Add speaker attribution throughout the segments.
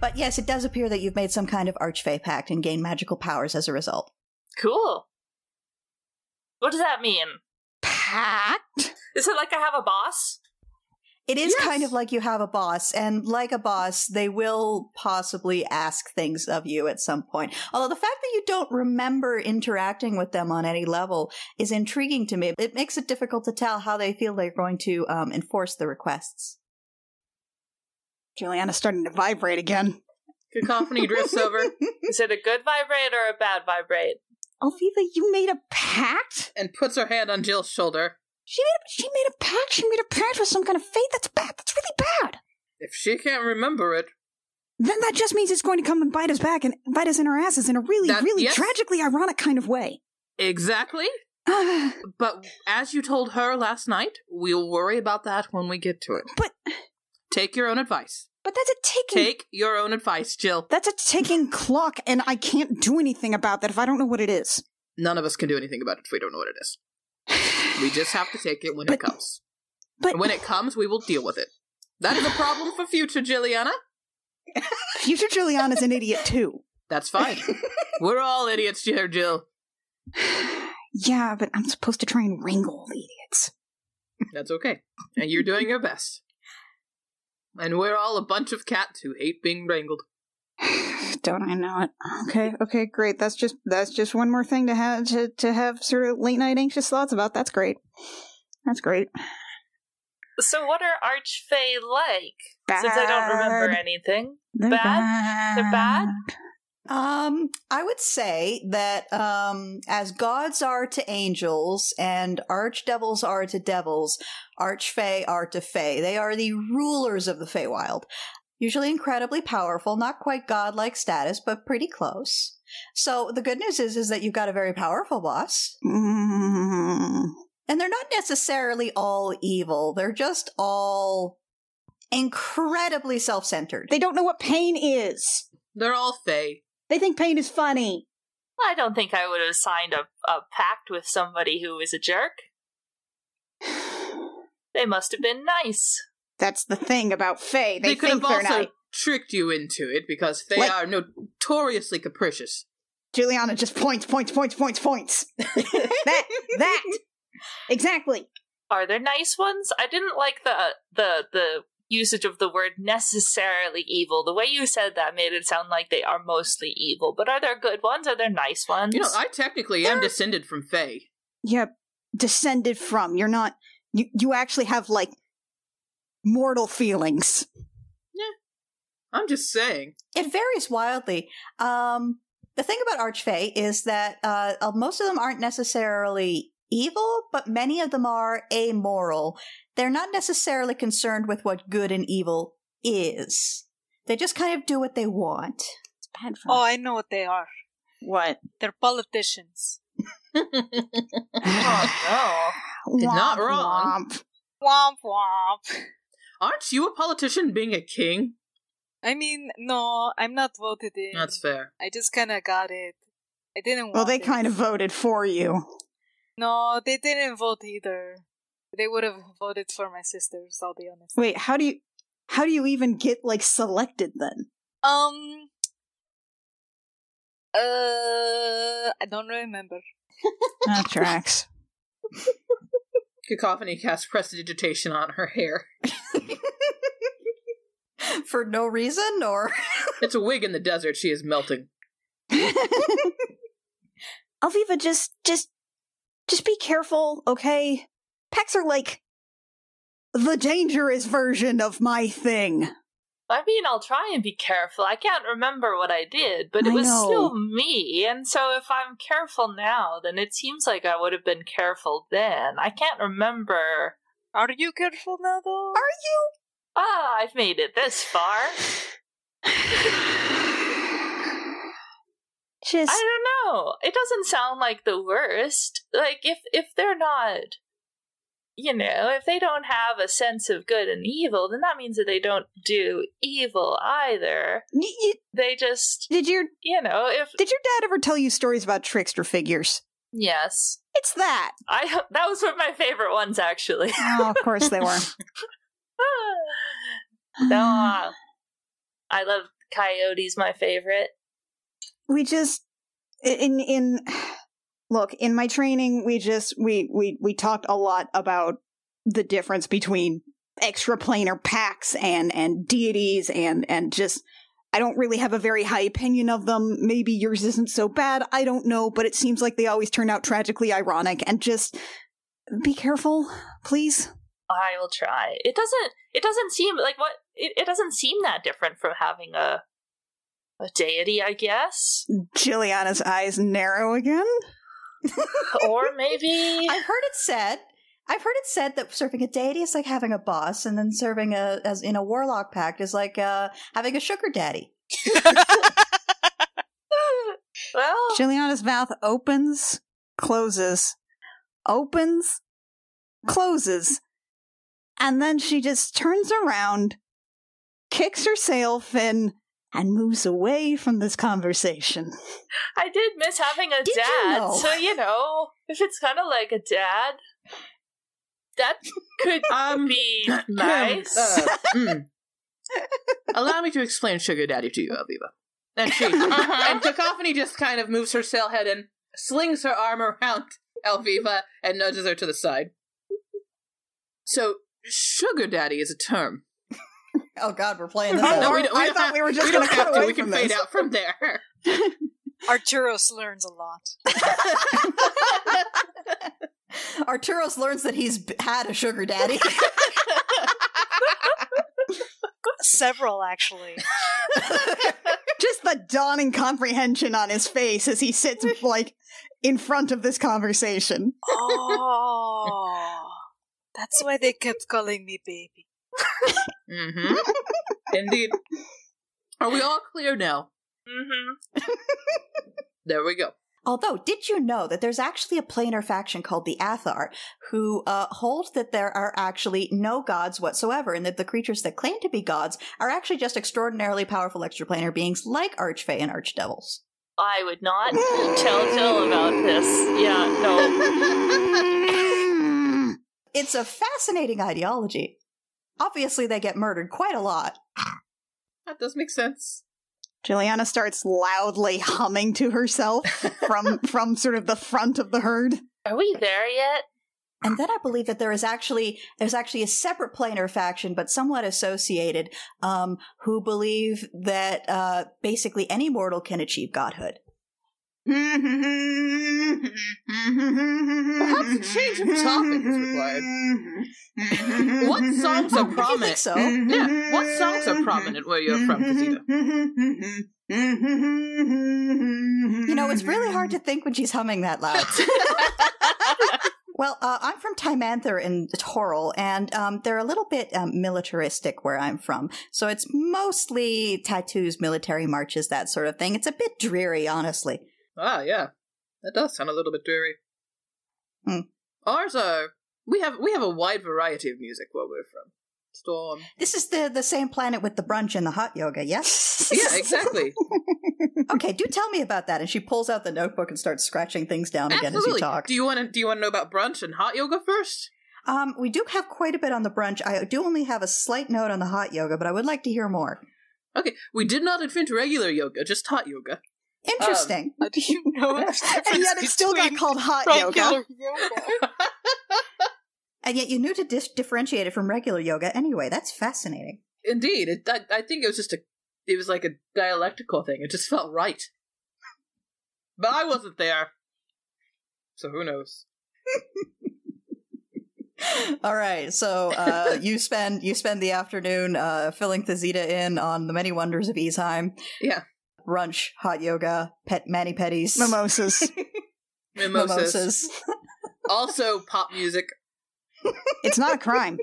Speaker 1: But yes, it does appear that you've made some kind of archfey pact and gained magical powers as a result.
Speaker 2: Cool. What does that mean?
Speaker 3: Packed?
Speaker 2: Is it like I have a boss?
Speaker 1: It is
Speaker 3: Yes.
Speaker 1: kind of like you have a boss, and like a boss, they will possibly ask things of you at some point. Although the fact that you don't remember interacting with them on any level is intriguing to me. It makes it difficult to tell how they feel they're going to um, enforce the requests.
Speaker 3: Juliana's starting to vibrate again.
Speaker 4: Cacophony drifts over
Speaker 2: Is it a good vibrate or a bad vibrate?
Speaker 3: Alviva, you made a pact?
Speaker 4: and puts her hand on Jill's shoulder.
Speaker 3: She made a, she made a pact. She made a pact with some kind of fate. That's bad. That's really bad.
Speaker 4: If she can't remember it,
Speaker 3: Then that just means it's going to come and bite us back and bite us in our asses in a really,
Speaker 4: That-
Speaker 3: really
Speaker 4: yes.
Speaker 3: tragically ironic kind of way.
Speaker 4: exactly.
Speaker 3: but
Speaker 4: But as you told her last night, we'll worry about that when we get to it. Take your own advice.
Speaker 3: but that's a taking.
Speaker 4: Take your own advice, Jill.
Speaker 3: That's a ticking clock, and I can't do anything about that if I don't know what it is.
Speaker 4: None of us can do anything about it if we don't know what it is. We just have to take it when it
Speaker 3: But-
Speaker 4: comes.
Speaker 3: But
Speaker 4: And when it comes, we will deal with it. That is a problem for future Jilliana.
Speaker 3: future Juliana's an idiot too.
Speaker 4: That's fine. We're all idiots here, Jill.
Speaker 3: Yeah, but I'm supposed to try and wrangle all the idiots.
Speaker 4: That's okay. And you're doing your best. And we're all a bunch of cats who hate being wrangled.
Speaker 3: Don't I know it? Okay, okay, great. That's just that's just one more thing to have to, to have sort of late night anxious thoughts about. That's great. That's great.
Speaker 2: So, what are Archfey like? Since I don't remember
Speaker 3: Bad.
Speaker 2: anything.
Speaker 3: They're
Speaker 2: Bad? They're bad?
Speaker 1: Um, I would say that um, as gods are to angels and archdevils are to devils, archfey are to fey. They are the rulers of the Feywild. Usually incredibly powerful, not quite godlike status, but pretty close. So the good news is, is that you've got a very powerful boss.
Speaker 3: Mm,
Speaker 1: And they're not necessarily all evil. They're just all incredibly self-centered.
Speaker 3: They don't know what pain is.
Speaker 4: They're all fey.
Speaker 3: They think pain is funny.
Speaker 2: I don't think I would have signed a, a pact with somebody who is a jerk. They must have been nice.
Speaker 3: That's the thing about Faye. They,
Speaker 4: They, could
Speaker 3: think
Speaker 4: have
Speaker 3: they're
Speaker 4: also
Speaker 3: not.
Speaker 4: tricked you into it because they
Speaker 3: Like-
Speaker 4: are notoriously capricious.
Speaker 3: Juliana just points, points, points, points, points. that, that, exactly.
Speaker 2: Are there nice ones? I didn't like the the the usage of the word necessarily evil. The way you said that made it sound like they are mostly evil. But are there good ones? Are there nice ones?
Speaker 4: You know, I technically am descended from fey.
Speaker 3: Yeah, descended from. You're not. You you actually have like mortal feelings.
Speaker 4: I'm just saying.
Speaker 1: It varies wildly. Um, the thing about Archfey is that uh, uh, most of them aren't necessarily evil, but many of them are amoral. They're not necessarily concerned with what good and evil is. They just kind of do what they want.
Speaker 3: It's bad for.
Speaker 5: Oh, I know what they are.
Speaker 3: what?
Speaker 5: They're politicians.
Speaker 2: Oh
Speaker 4: You're not wrong.
Speaker 3: Womp.
Speaker 5: Womp womp.
Speaker 4: Aren't you a politician being a king?
Speaker 5: I mean, no, I'm not voted in.
Speaker 4: That's fair.
Speaker 5: I just kind of got it. I didn't.
Speaker 3: Well,
Speaker 5: want
Speaker 3: they
Speaker 5: it.
Speaker 3: kind of voted for you.
Speaker 5: No, they didn't vote either. They would have voted for my sisters. I'll be honest.
Speaker 3: Wait, how do you? How do you even get like selected then?
Speaker 5: Um. Uh, I don't remember.
Speaker 3: That tracks.
Speaker 4: Cacophony casts prestidigitation on her hair.
Speaker 1: For no reason, or.
Speaker 4: It's a wig in the desert. She is melting.
Speaker 3: Alviva, just just just be careful, okay? Packs are like the dangerous version of my thing.
Speaker 2: I mean, I'll try and be careful. I can't remember what I did, but it
Speaker 3: I
Speaker 2: was
Speaker 3: know.
Speaker 2: still me. And so if I'm careful now, then it seems like I would have been careful then. I can't remember.
Speaker 5: Are you careful now, though?
Speaker 3: Are
Speaker 2: Ah, I've made it this far.
Speaker 3: you? Just
Speaker 2: I don't know. It doesn't sound like the worst. Like if if they're not you know, if they don't have a sense of good and evil, then that means that they don't do evil either.
Speaker 3: y- y-
Speaker 2: They just,
Speaker 3: did your
Speaker 2: you know, if
Speaker 3: did your dad ever tell you stories about trickster figures?
Speaker 2: yes.
Speaker 3: It's that.
Speaker 2: I that was one of my favorite ones actually.
Speaker 3: Oh, of course they were.
Speaker 2: no, uh, I love Coyote's my favorite.
Speaker 3: we just in in look in my training we just we we we talked a lot about the difference between extraplanar packs and and deities and and just I don't really have a very high opinion of them. Maybe yours isn't so bad. I don't know, but it seems like they always turn out tragically ironic and just be careful, please.
Speaker 2: I will try. It doesn't. It doesn't seem like what. It, it doesn't seem that different from having a a deity, I guess,
Speaker 3: Juliana's eyes narrow again.
Speaker 2: or maybe
Speaker 1: I've heard it said. I've heard it said that serving a deity is like having a boss, and then serving a as in a warlock pact is like uh, having a sugar daddy.
Speaker 2: well.
Speaker 3: Juliana's mouth opens, closes, opens, closes, and then she just turns around, kicks her sail fin, and moves away from this conversation.
Speaker 2: I did miss having a
Speaker 1: Did you
Speaker 2: dad,
Speaker 1: know?
Speaker 2: so you know, if it's kind of like a dad, that could
Speaker 4: Um,
Speaker 2: be nice.
Speaker 4: Uh, mm. Allow me to explain Sugar Daddy to you, Aviva. And she
Speaker 3: Uh-huh.
Speaker 4: and Cacophony just kind of moves her sail head and slings her arm around Elviva and nudges her to the side. So sugar daddy is a term.
Speaker 1: Oh God, we're playing this.
Speaker 4: No,
Speaker 1: out.
Speaker 4: we don't- we
Speaker 3: I
Speaker 4: don't
Speaker 3: thought
Speaker 4: have-
Speaker 3: we were just
Speaker 4: we don't
Speaker 3: gonna cut
Speaker 4: have to.
Speaker 3: away
Speaker 4: We can
Speaker 3: from
Speaker 4: fade
Speaker 3: this.
Speaker 4: out from there.
Speaker 5: Arturos learns a lot.
Speaker 1: Arturos learns that he's b- had a sugar daddy.
Speaker 5: Several, actually.
Speaker 3: Just the dawning comprehension on his face as he sits like in front of this conversation.
Speaker 5: Oh, that's why they kept calling me baby.
Speaker 4: Mm-hmm. Indeed. Are we all clear now?
Speaker 2: hmm
Speaker 4: There we go.
Speaker 1: Although, did you know that there's actually a planar faction called the Athar who uh, hold that there are actually no gods whatsoever and that the creatures that claim to be gods are actually just extraordinarily powerful extraplanar beings like Archfey and Archdevils?
Speaker 2: I would not tell Jill about this. Yeah, no.
Speaker 1: It's a fascinating ideology. Obviously, they get murdered quite a lot.
Speaker 4: That does make sense.
Speaker 3: Juliana starts loudly humming to herself from from sort of the front of the herd.
Speaker 2: Are we there yet?
Speaker 1: And then I believe that there is actually there's actually a separate planar faction, but somewhat associated, um, who believe that uh, basically any mortal can achieve godhood.
Speaker 4: Perhaps a change of topic is required. What songs are
Speaker 1: If you think
Speaker 4: prominent?
Speaker 1: so.
Speaker 4: Yeah, what songs are prominent where you're from,
Speaker 3: Mm-hmm.
Speaker 4: Kazita?
Speaker 1: You know, it's really hard to think when she's humming that loud. well, uh, I'm from Timanther in Toril, and um, they're a little bit um, militaristic where I'm from. So it's mostly tattoos, military marches, that sort of thing. It's a bit dreary, honestly.
Speaker 4: Ah, yeah, that does sound a little bit dreary.
Speaker 3: Mm.
Speaker 1: Hmm.
Speaker 4: Ours are we have we have a wide variety of music where we're from. Storm.
Speaker 1: This is the, the same planet with the brunch and the hot yoga, yes?
Speaker 4: Yeah, exactly.
Speaker 1: okay, do tell me about that. And she pulls out the notebook and starts scratching things down again as you
Speaker 4: Absolutely.
Speaker 1: talk.
Speaker 4: Do you want to do you want to know about brunch and hot yoga first?
Speaker 1: Um, we do have quite a bit on the brunch. I do only have a slight note on the hot yoga, but I would like to hear more.
Speaker 4: Okay, we did not invent regular yoga, just hot yoga.
Speaker 1: Interesting.
Speaker 5: How do you know?
Speaker 3: and yet it's still got called hot yoga.
Speaker 1: and yet you knew to dis- differentiate it from regular yoga anyway. That's fascinating.
Speaker 4: Indeed, it, I, I think it was just a it was like a dialectical thing. It just felt right. But I wasn't there, so who knows?
Speaker 1: All right, so uh, you spend you spend the afternoon uh, filling Thazita in on the many wonders of Easheim,
Speaker 4: Yeah,
Speaker 1: brunch, hot yoga, pet mani pedis,
Speaker 3: Mimosas.
Speaker 4: mimosas.
Speaker 1: mimosas.
Speaker 4: also pop music.
Speaker 3: it's not a crime.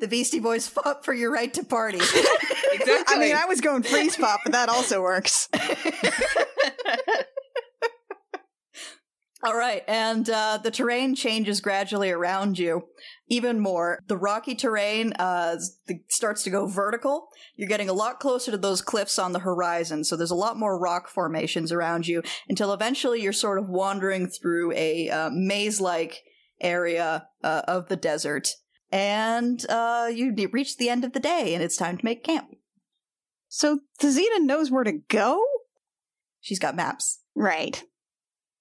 Speaker 1: the Beastie Boys fought for your right to party.
Speaker 4: Exactly.
Speaker 3: I mean, I was going freeze pop, but that also works.
Speaker 1: All right, and uh, the terrain changes gradually around you, even more. The rocky terrain uh, s- th- starts to go vertical. You're getting a lot closer to those cliffs on the horizon, so there's a lot more rock formations around you until eventually you're sort of wandering through a uh, maze-like area uh, of the desert. and uh, you de- reach the end of the day, and it's time to make camp.
Speaker 3: So Tazita knows where to go?
Speaker 1: She's got maps.
Speaker 3: Right.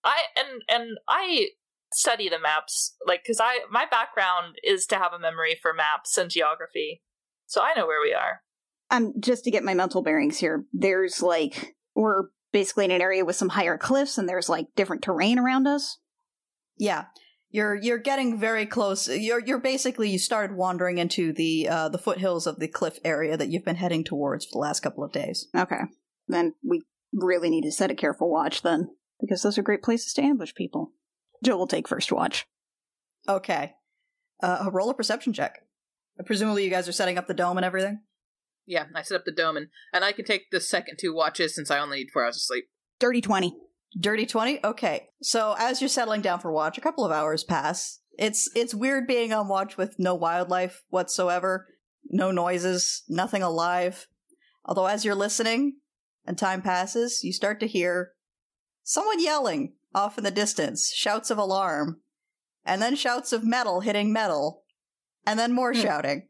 Speaker 2: I and and I study the maps like because I my background is to have a memory for maps and geography, so I know where we are.
Speaker 3: um just to get my mental bearings here there's like we're basically in an area with some higher cliffs and there's like different terrain around us
Speaker 1: Yeah, you're you're getting very close. You're you're basically you started wandering into the uh, the foothills of the cliff area that you've been heading towards for the last couple of days.
Speaker 3: okay then we really need to set a careful watch then because those are great places to ambush people joe will take first watch
Speaker 1: Okay, uh, roll a perception check. Presumably, you guys are setting up the dome and everything.
Speaker 4: Yeah, I set up the dome, and, and I can take the second two watches since I only need four hours of sleep.
Speaker 3: dirty 20
Speaker 1: Dirty 20? Okay. So as you're settling down for watch, a couple of hours pass. It's it's weird being on watch with no wildlife whatsoever, no noises, nothing alive. Although as you're listening and time passes, you start to hear someone yelling off in the distance, shouts of alarm, and then shouts of metal hitting metal, and then more
Speaker 4: Hmm.
Speaker 1: shouting,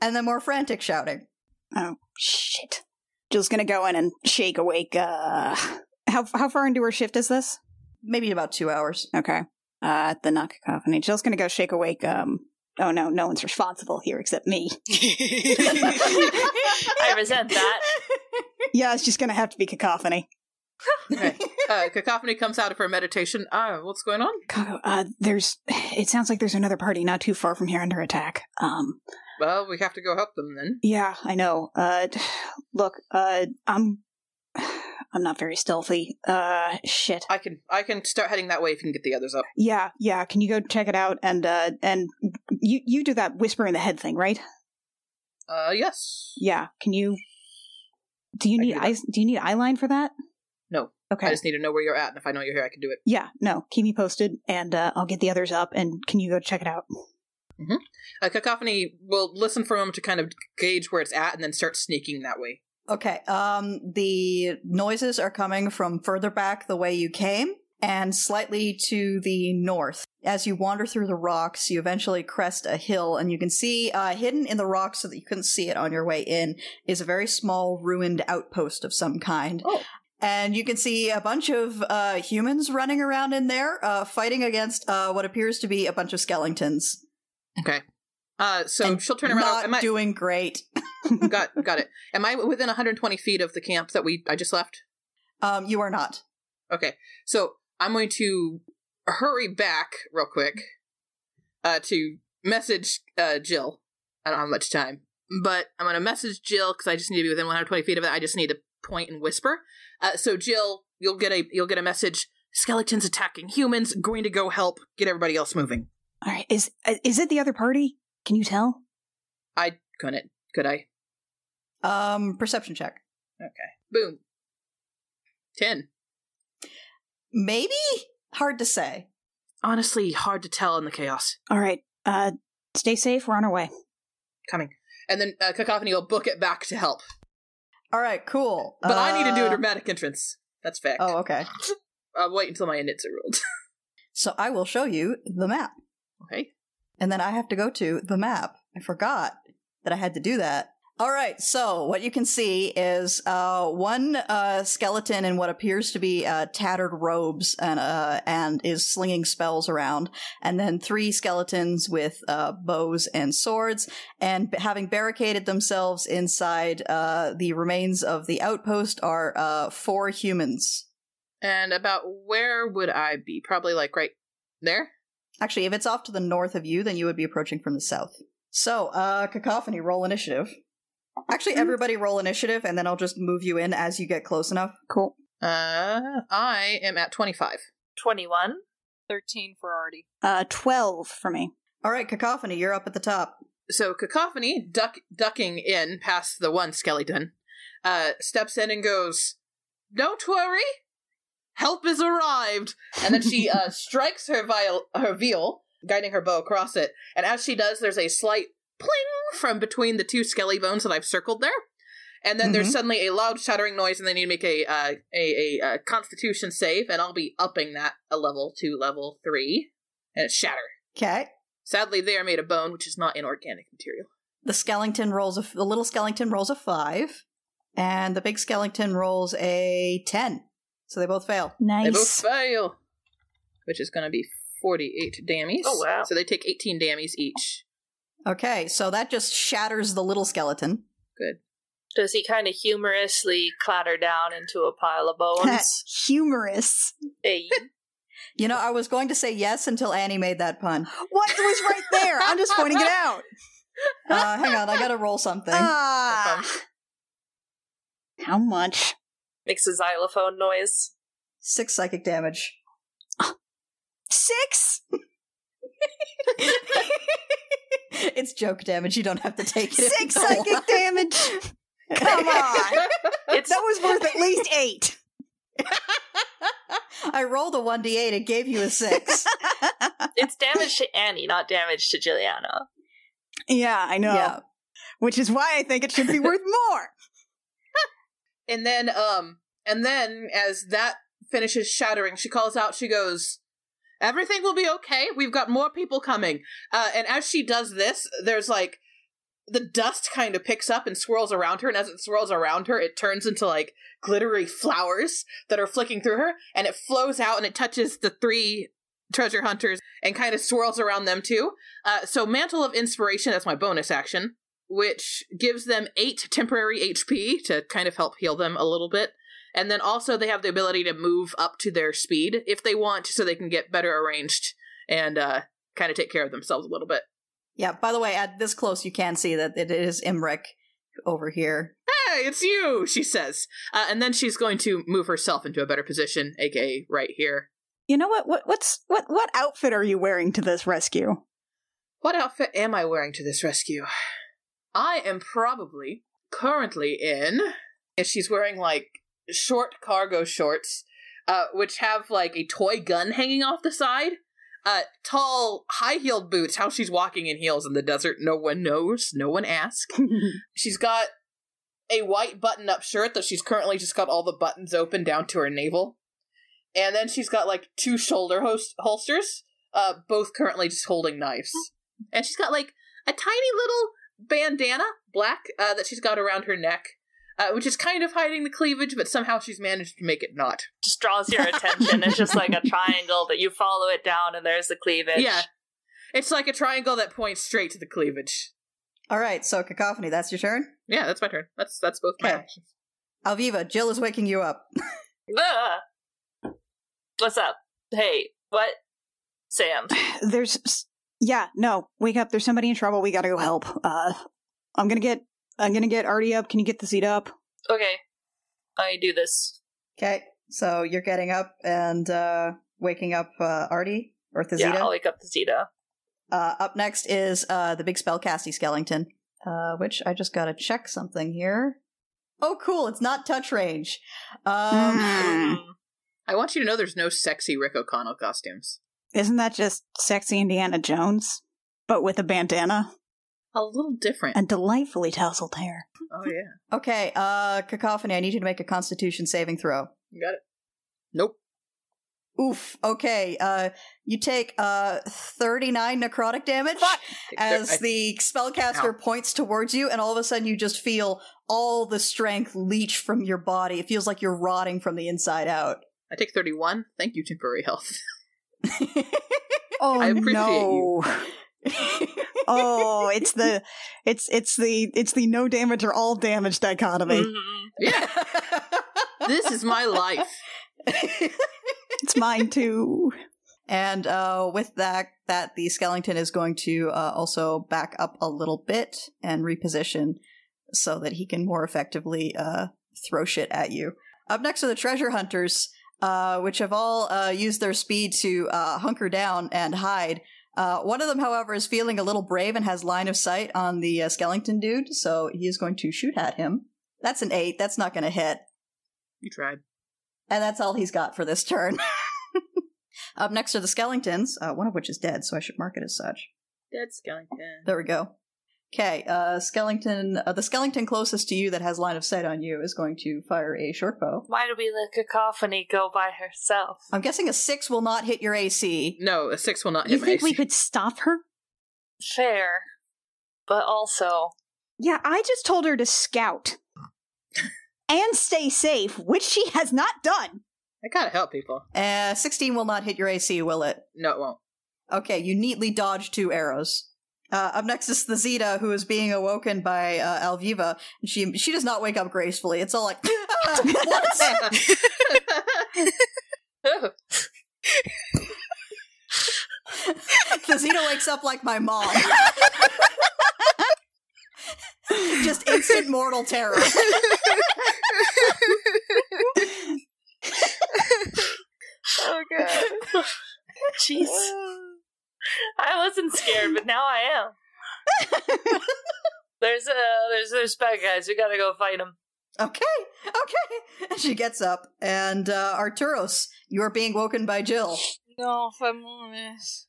Speaker 1: and then more frantic shouting.
Speaker 3: oh shit jill's gonna go in and shake awake uh how, how far into her shift is this
Speaker 1: Maybe about 2 hours.
Speaker 3: okay uh at the knock cacophony jill's gonna go shake awake um oh no no one's responsible here except me
Speaker 2: I resent that.
Speaker 3: yeah it's just gonna have to be cacophony
Speaker 4: Okay. uh, Cacophony comes out of her meditation. Ah, what's going on?
Speaker 3: Kago, uh, there's. It sounds like there's another party not too far from here under attack. Um,
Speaker 4: Well, we have to go help them then.
Speaker 3: yeah, I know. Uh, d- look, uh, I'm. I'm not very stealthy. Uh, shit.
Speaker 4: I can I can start heading that way if you can get the others up.
Speaker 3: Yeah, yeah. Can you go check it out and uh, and you you do that whisper in the head thing, right?
Speaker 4: Uh, yes.
Speaker 3: Yeah. Can you? Do you
Speaker 4: I
Speaker 3: need
Speaker 4: do that.
Speaker 3: eyes? Do you need eye line for that?
Speaker 4: No,
Speaker 3: Okay.
Speaker 4: I just need to know where you're at, and if I know you're here, I can do it.
Speaker 3: yeah. No. Keep me posted, and uh, I'll get the others up. And can you go check it out?
Speaker 4: Uh, Cacophony will listen for a moment to kind of gauge where it's at, and then start sneaking that way.
Speaker 1: Okay. Um, the noises are coming from further back the way you came and slightly to the north. As you wander through the rocks, you eventually crest a hill, and you can see uh, hidden in the rocks so that you couldn't see it on your way in is a very small ruined outpost of some kind.
Speaker 4: Oh.
Speaker 1: And you can see a bunch of uh, humans running around in there, uh, fighting against uh, what appears to be a bunch of skeletons.
Speaker 4: Okay. Uh, so
Speaker 1: And
Speaker 4: she'll turn around.
Speaker 1: Not
Speaker 4: Am I,
Speaker 1: doing great.
Speaker 4: got got it. Am I within 120 feet of the camp that we I just left?
Speaker 1: Um, you are not.
Speaker 4: Okay, so I'm going to hurry back real quick uh, to message uh, Jill. I don't have much time, but I'm going to message Jill because I just need to be within 120 feet of it. I just need to point and whisper. Uh, so Jill, you'll get a you'll get a message. Skeletons attacking humans. Going to go help get everybody else moving.
Speaker 3: All right. Is uh, is it the other party? Can you tell?
Speaker 4: I couldn't. Could I?
Speaker 1: Um, perception check.
Speaker 4: Boom. Ten.
Speaker 1: Maybe? Hard to say.
Speaker 4: Honestly, hard to tell in the chaos.
Speaker 3: All right. Uh, stay safe. We're on our way.
Speaker 4: Coming. And then uh, Cacophony will book it back to help.
Speaker 1: All right, cool.
Speaker 4: But I need to do a
Speaker 1: Uh,
Speaker 4: dramatic entrance. That's fact.
Speaker 1: Oh, okay.
Speaker 4: I'll wait until my inits are rolled.
Speaker 1: So I will show you the map,
Speaker 4: okay.
Speaker 1: and then I have to go to the map. I forgot that I had to do that. All right, so what you can see is uh, one uh, skeleton in what appears to be uh, tattered robes and uh, and is slinging spells around, and then three skeletons with uh, bows and swords, and b- having barricaded themselves inside uh, the remains of the outpost are uh, four humans.
Speaker 4: And about where would I be? Probably like right there.
Speaker 1: Actually, if it's off to the north of you, then you would be approaching from the south. So, uh, cacophony, roll initiative. Actually, everybody roll initiative, and then I'll just move you in as you get close enough.
Speaker 3: Cool.
Speaker 4: Uh, I am at twenty five.
Speaker 2: 21.
Speaker 5: 13 for Artie.
Speaker 3: Uh, twelve for me.
Speaker 1: All right, cacophony, you're up at the top.
Speaker 4: So cacophony duck ducking in past the one skeleton, uh, steps in and goes, "Don't worry, help has arrived." And then she uh, strikes her viol- her veal, guiding her bow across it. And as she does, there's a slight pling from between the two skelly bones that I've circled there. And then there's
Speaker 1: Mhm.
Speaker 4: suddenly a loud shattering noise, and they need to make a uh, a, a uh, Constitution save, and I'll be upping that a level to level three, and it's shatter.
Speaker 1: Okay.
Speaker 4: Sadly, they are made of bone, which is not inorganic material.
Speaker 1: The skeleton rolls a f- the little skeleton rolls a five, and the big skeleton rolls a ten. So they both fail.
Speaker 4: They both
Speaker 3: Nice.
Speaker 4: fail, which is going to be 48 dammies.
Speaker 2: Oh, wow.
Speaker 4: So they take 18 dammies each.
Speaker 1: Okay, so that just shatters the little skeleton.
Speaker 2: Does he kind of humorously clatter down into a pile of bones?
Speaker 3: Humorous.
Speaker 2: hey.
Speaker 1: You know, I was going to say yes until Annie made that pun.
Speaker 3: What it was right there? I'm just pointing it out.
Speaker 1: Uh, hang on, I gotta roll something.
Speaker 3: Ah. How much?
Speaker 2: Makes a xylophone noise.
Speaker 1: Six psychic damage.
Speaker 3: Six?
Speaker 1: It's joke damage. You don't have to take it. if you
Speaker 3: Six
Speaker 1: don't
Speaker 3: psychic
Speaker 1: want.
Speaker 3: damage. Come on.
Speaker 2: It's
Speaker 3: That was worth at least eight.
Speaker 1: I rolled a one d eight. It gave you a six.
Speaker 2: it's damage to Annie, not damage to Juliana.
Speaker 3: Yeah, I know.
Speaker 1: Yeah.
Speaker 3: Which is why I think it should be worth more.
Speaker 4: And then, um, and then as that finishes shattering, she calls out, she goes, Everything will be okay. We've got more people coming. Uh, and as she does this, there's like the dust kind of picks up and swirls around her. And as it swirls around her, it turns into like glittery flowers that are flicking through her. And it flows out and it touches the three treasure hunters and kind of swirls around them too. Uh, so, Mantle of Inspiration, that's my bonus action which gives them eight temporary HP to kind of help heal them a little bit. And then also they have the ability to move up to their speed if they want, so they can get better arranged and uh, kind of take care of themselves a little bit.
Speaker 1: yeah. By the way, at this close, you can see that it is Imric over here.
Speaker 4: Hey, it's you, she says. Uh, and then she's going to move herself into a better position, aka right here.
Speaker 3: You know what? What what's what what outfit are you wearing to this rescue?
Speaker 4: What outfit am I wearing to this rescue? I am probably currently in. If she's wearing like short cargo shorts, uh, which have like a toy gun hanging off the side, uh, tall high heeled boots. How she's walking in heels in the desert, no one knows. No one asks. She's got a white button up shirt that she's currently just got all the buttons open down to her navel. And then she's got like two shoulder host- holsters, uh, both currently just holding knives. And she's got like a tiny little bandana, black, uh, that she's got around her neck, uh, which is kind of hiding the cleavage, but somehow she's managed to make it not.
Speaker 2: Just draws your attention. it's just like a triangle that you follow it down, and there's the cleavage.
Speaker 4: Yeah. It's like a triangle that points straight to the cleavage.
Speaker 1: All right, so cacophony. That's your turn.
Speaker 4: Yeah, that's my turn. That's that's both my
Speaker 1: Okay.
Speaker 4: actions.
Speaker 1: Alviva, Jill is waking you up.
Speaker 2: Ugh. What's up? Hey, what? Sam.
Speaker 3: There's s- yeah, no. Wake up. There's somebody in trouble. We got to go help. Uh I'm going to get I'm going to get Artie up. Can you get the seat up?
Speaker 2: Okay. I do this.
Speaker 1: Okay, so you're getting up and uh, waking up uh, Artie or Thazita.
Speaker 2: Yeah, I'll wake up the Zeta.
Speaker 1: Uh, up next is uh, the big spellcasty skeleton, uh, which I just gotta check something here. Oh, cool! It's not touch range.
Speaker 4: Mm-hmm.
Speaker 1: Um,
Speaker 3: Mm.
Speaker 2: Mm.
Speaker 4: I want you to know there's no sexy Rick O'Connell costumes.
Speaker 3: Isn't that just sexy Indiana Jones but with a bandana
Speaker 4: A little different.
Speaker 3: and delightfully tousled hair?
Speaker 4: oh yeah.
Speaker 1: okay, uh, cacophony. I need you to make a Constitution saving throw.
Speaker 4: You got it. Nope.
Speaker 1: Oof. Okay. Uh, you take uh 39 necrotic damage
Speaker 4: Fuck.
Speaker 1: as
Speaker 4: I-
Speaker 1: the spellcaster
Speaker 4: Ow.
Speaker 1: points towards you, and all of a sudden you just feel all the strength leach from your body. It feels like you're rotting from the inside out.
Speaker 4: I take 31. Thank you, temporary health.
Speaker 3: Oh
Speaker 4: I appreciate
Speaker 3: no. oh, it's the it's it's the it's the no damage or all damage dichotomy.
Speaker 2: Mhm.
Speaker 4: yeah. This is my life.
Speaker 3: It's mine too.
Speaker 1: And uh, with that, that the skeleton is going to uh, also back up a little bit and reposition so that he can more effectively uh, throw shit at you. Up next are the treasure hunters, uh, which have all uh, used their speed to uh, hunker down and hide. Uh, one of them, however, is feeling a little brave and has line of sight on the uh, skeleton dude, so he is going to shoot at him. That's an eight. That's not going to hit.
Speaker 4: You tried.
Speaker 1: And that's all he's got for this turn. Up next are the skeletons, uh, one of which is dead, so I should mark it as such.
Speaker 4: Dead skeleton.
Speaker 1: There we go. Okay, uh, skeleton. Uh, the skeleton closest to you that has line of sight on you is going to fire a short bow.
Speaker 2: Why do we let Cacophony go by herself?
Speaker 1: I'm guessing a six will not hit your AC.
Speaker 4: No, a six will not
Speaker 3: You
Speaker 4: hit my
Speaker 3: think we
Speaker 4: AC.
Speaker 3: could stop her?
Speaker 2: Fair. But also,
Speaker 3: Yeah, I just told her to scout and stay safe, which she has not done.
Speaker 4: I gotta help people.
Speaker 1: Uh, 16 will not hit your AC, will it?
Speaker 4: No, it won't.
Speaker 1: Okay, you neatly dodge two arrows. Uh, up next is the Zeta, who is being awoken by uh, Alviva. And she she does not wake up gracefully. It's all like, "Ah, what? the Zeta wakes up like my mom. Just instant mortal terror.
Speaker 5: Oh god.
Speaker 2: jeez. I wasn't scared, but now I am. there's uh, there's there's bad guys. We gotta go fight them.
Speaker 1: Okay, okay. And she gets up, and uh, Arturos, you are being woken by Jill.
Speaker 5: No, famous.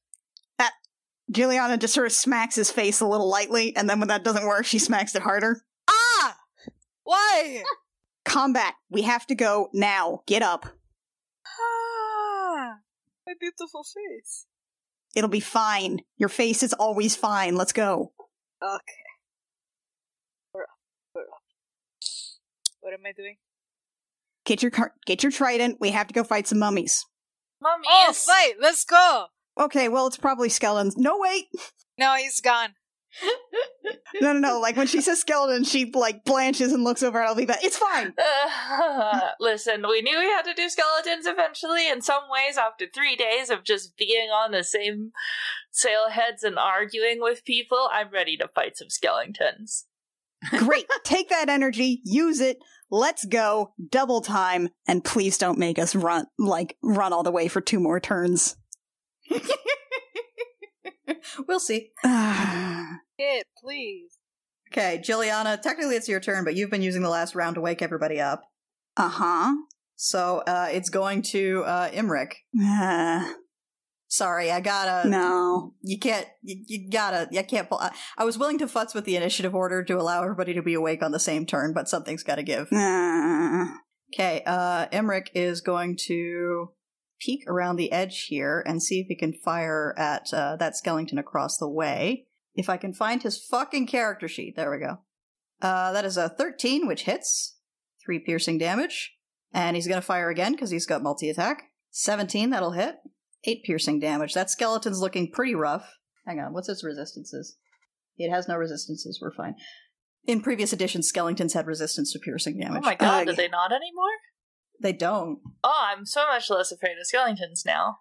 Speaker 3: Juliana just sort of smacks his face a little lightly, and then when that doesn't work, she smacks it harder.
Speaker 5: Ah! Why?
Speaker 3: Combat. We have to go now. Get up.
Speaker 5: Ah, my beautiful face.
Speaker 3: It'll be fine. Your face is always fine. Let's go.
Speaker 5: Okay. We're up. We're up. What am I doing?
Speaker 3: Get your car- get your trident. We have to go fight some mummies.
Speaker 2: Mummy
Speaker 5: Oh,
Speaker 2: is
Speaker 5: fight! Let's go!
Speaker 3: Okay, well it's probably skeletons. No wait.
Speaker 5: No, he's gone.
Speaker 3: No, no, no. Like when she says skeleton, she like blanches and looks over at Alviva. It's fine.
Speaker 2: Uh, listen, we knew we had to do skeletons eventually. In some ways, after three days of just being on the same sailheads and arguing with people, I'm ready to fight some skeletons.
Speaker 3: Great. Take that energy, use it. Let's go. Double time. And please don't make us run, like, run all the way for two more turns.
Speaker 1: We'll see.
Speaker 3: okay,
Speaker 5: Kid, please.
Speaker 1: Okay, Jilliana, technically it's your turn, but you've been using the last round to wake everybody up.
Speaker 3: Uh huh.
Speaker 1: So uh, it's going to uh, Imric.
Speaker 3: Uh,
Speaker 1: Sorry, I gotta.
Speaker 3: no.
Speaker 1: You can't. You, you gotta. I can't. pull- I, I was willing to futz with the initiative order to allow everybody to be awake on the same turn, but something's got to give.
Speaker 3: Uh,
Speaker 1: Okay, uh, Emmerich is going to peek around the edge here and see if he can fire at uh, that skeleton across the way. If I can find his fucking character sheet. There we go. Uh, that is a 13, which hits. Three piercing damage. And he's going to fire again because he's got multi attack. 17, that'll hit. Eight piercing damage. That skeleton's looking pretty rough. Hang on, what's its resistances? It has no resistances, we're fine. In previous editions, skeletons had resistance to piercing
Speaker 2: Oh
Speaker 1: damage.
Speaker 2: my god,
Speaker 3: Ugh.
Speaker 2: are they not anymore?
Speaker 1: They don't.
Speaker 2: Oh, I'm so much less afraid of skeletons now.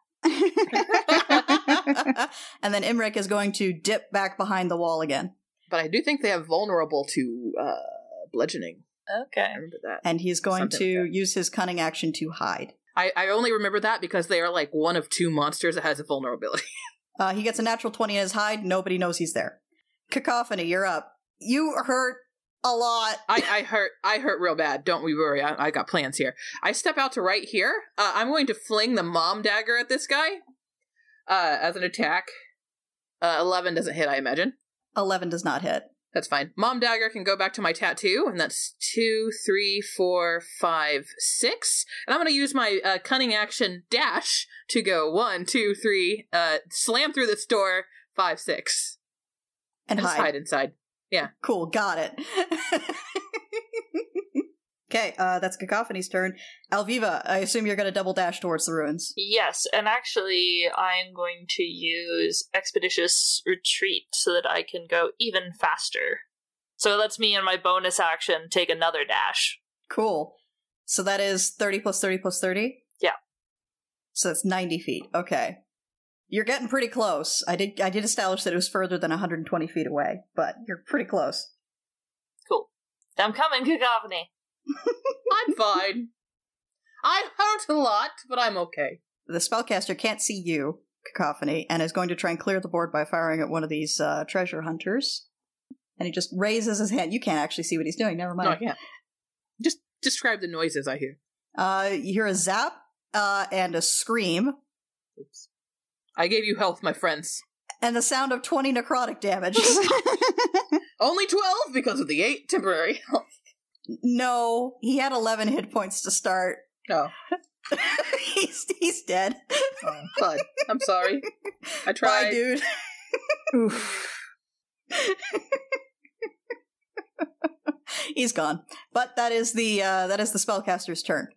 Speaker 1: and then Imric is going to dip back behind the wall again.
Speaker 4: but I do think they are vulnerable to uh, bludgeoning.
Speaker 2: Okay.
Speaker 4: I remember that.
Speaker 1: And he's going
Speaker 4: Something
Speaker 1: to
Speaker 4: like
Speaker 1: use his cunning action to hide.
Speaker 4: I, I only remember that because they are like one of two monsters that has a vulnerability.
Speaker 1: Uh, he gets a natural 20 in his hide. Nobody knows he's there. Cacophony, you're up. You hurt a lot.
Speaker 4: I, I hurt I hurt real bad. Don't we worry. I, I got plans here. I step out to right here. Uh, I'm going to fling the mom dagger at this guy uh, as an attack. Uh, Eleven doesn't hit, I imagine.
Speaker 1: 11 does not hit.
Speaker 4: That's fine. Mom dagger can go back to my tattoo, and that's two, three, four, five, six. And I'm going to use my uh, cunning action dash to go one, two, three, uh, slam through this door, five, six,
Speaker 1: And
Speaker 4: just
Speaker 1: hide.
Speaker 4: hide inside.
Speaker 1: Cool, got it. okay, uh, that's Cacophony's turn. Alviva, I assume you're going to double dash towards the ruins.
Speaker 2: Yes, and actually, I'm going to use Expeditious Retreat so that I can go even faster. So it lets me, in my bonus action, take another dash.
Speaker 1: Cool. So that is 30 plus 30 plus 30?
Speaker 2: Yeah.
Speaker 1: So that's 90 feet. Okay. You're getting pretty close. I did I did establish that it was further than 120 feet away, but you're pretty close.
Speaker 2: Cool. I'm coming, Cacophony.
Speaker 4: I'm fine. I hurt a lot, but I'm okay.
Speaker 1: The spellcaster can't see you, Cacophony, and is going to try and clear the board by firing at one of these uh, treasure hunters. And he just raises his hand. You can't actually see what he's doing. Never
Speaker 4: No, I
Speaker 1: mind.
Speaker 4: can't. Just describe the noises I hear.
Speaker 1: Uh, you hear a zap uh, and a scream,
Speaker 4: Oops. I gave you health, my friends.
Speaker 1: and the sound of 20 necrotic damage.
Speaker 4: Only twelve because of the eight temporary.
Speaker 1: no, he had 11 hit points to start.
Speaker 4: oh,
Speaker 1: he's he's dead.
Speaker 4: oh, bud. I'm sorry. I
Speaker 1: Bye,
Speaker 4: tried.
Speaker 1: dude.
Speaker 3: Oof.
Speaker 1: He's gone. But that is the uh, that is the spellcaster's turn.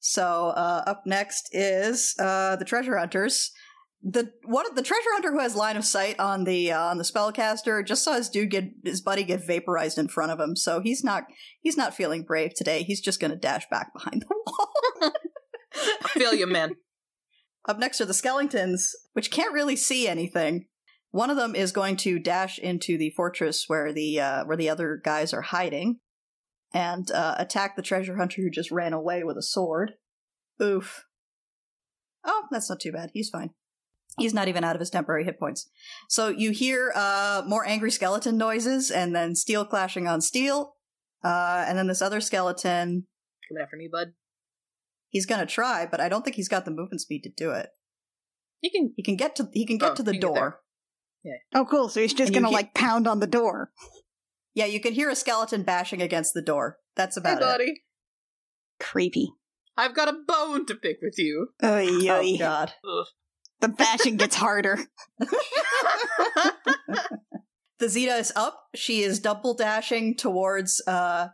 Speaker 1: So uh, up next is uh, the treasure hunters. The what the treasure hunter who has line of sight on the uh, on the spellcaster just saw his dude get his buddy get vaporized in front of him, so he's not he's not feeling brave today. He's just going to dash back behind the wall.
Speaker 4: I feel you, man.
Speaker 1: Up next are the skeletons, which can't really see anything. One of them is going to dash into the fortress where the uh, where the other guys are hiding, and uh, attack the treasure hunter who just ran away with a sword. Oof. Oh, that's not too bad. He's fine. He's not even out of his temporary hit points. So you hear uh, more angry skeleton noises, and then steel clashing on steel, uh, and then this other skeleton.
Speaker 4: Come after me, bud.
Speaker 1: He's gonna try, but I don't think he's got the movement speed to do it.
Speaker 4: You can.
Speaker 1: He can get to he can get
Speaker 4: Oh,
Speaker 1: to the
Speaker 4: he can get
Speaker 1: door.
Speaker 3: Oh, cool. So he's just
Speaker 1: And you
Speaker 3: going to
Speaker 1: keep-
Speaker 3: like pound on the door.
Speaker 1: Yeah, you can hear a skeleton bashing against the door. That's
Speaker 4: Hey,
Speaker 1: about it.
Speaker 4: buddy.
Speaker 3: Creepy.
Speaker 4: I've got a bone to pick with you.
Speaker 3: Oy,
Speaker 1: Oh
Speaker 3: oy.
Speaker 1: god.
Speaker 3: the bashing gets harder.
Speaker 1: The Zeta is up. She is double dashing towards uh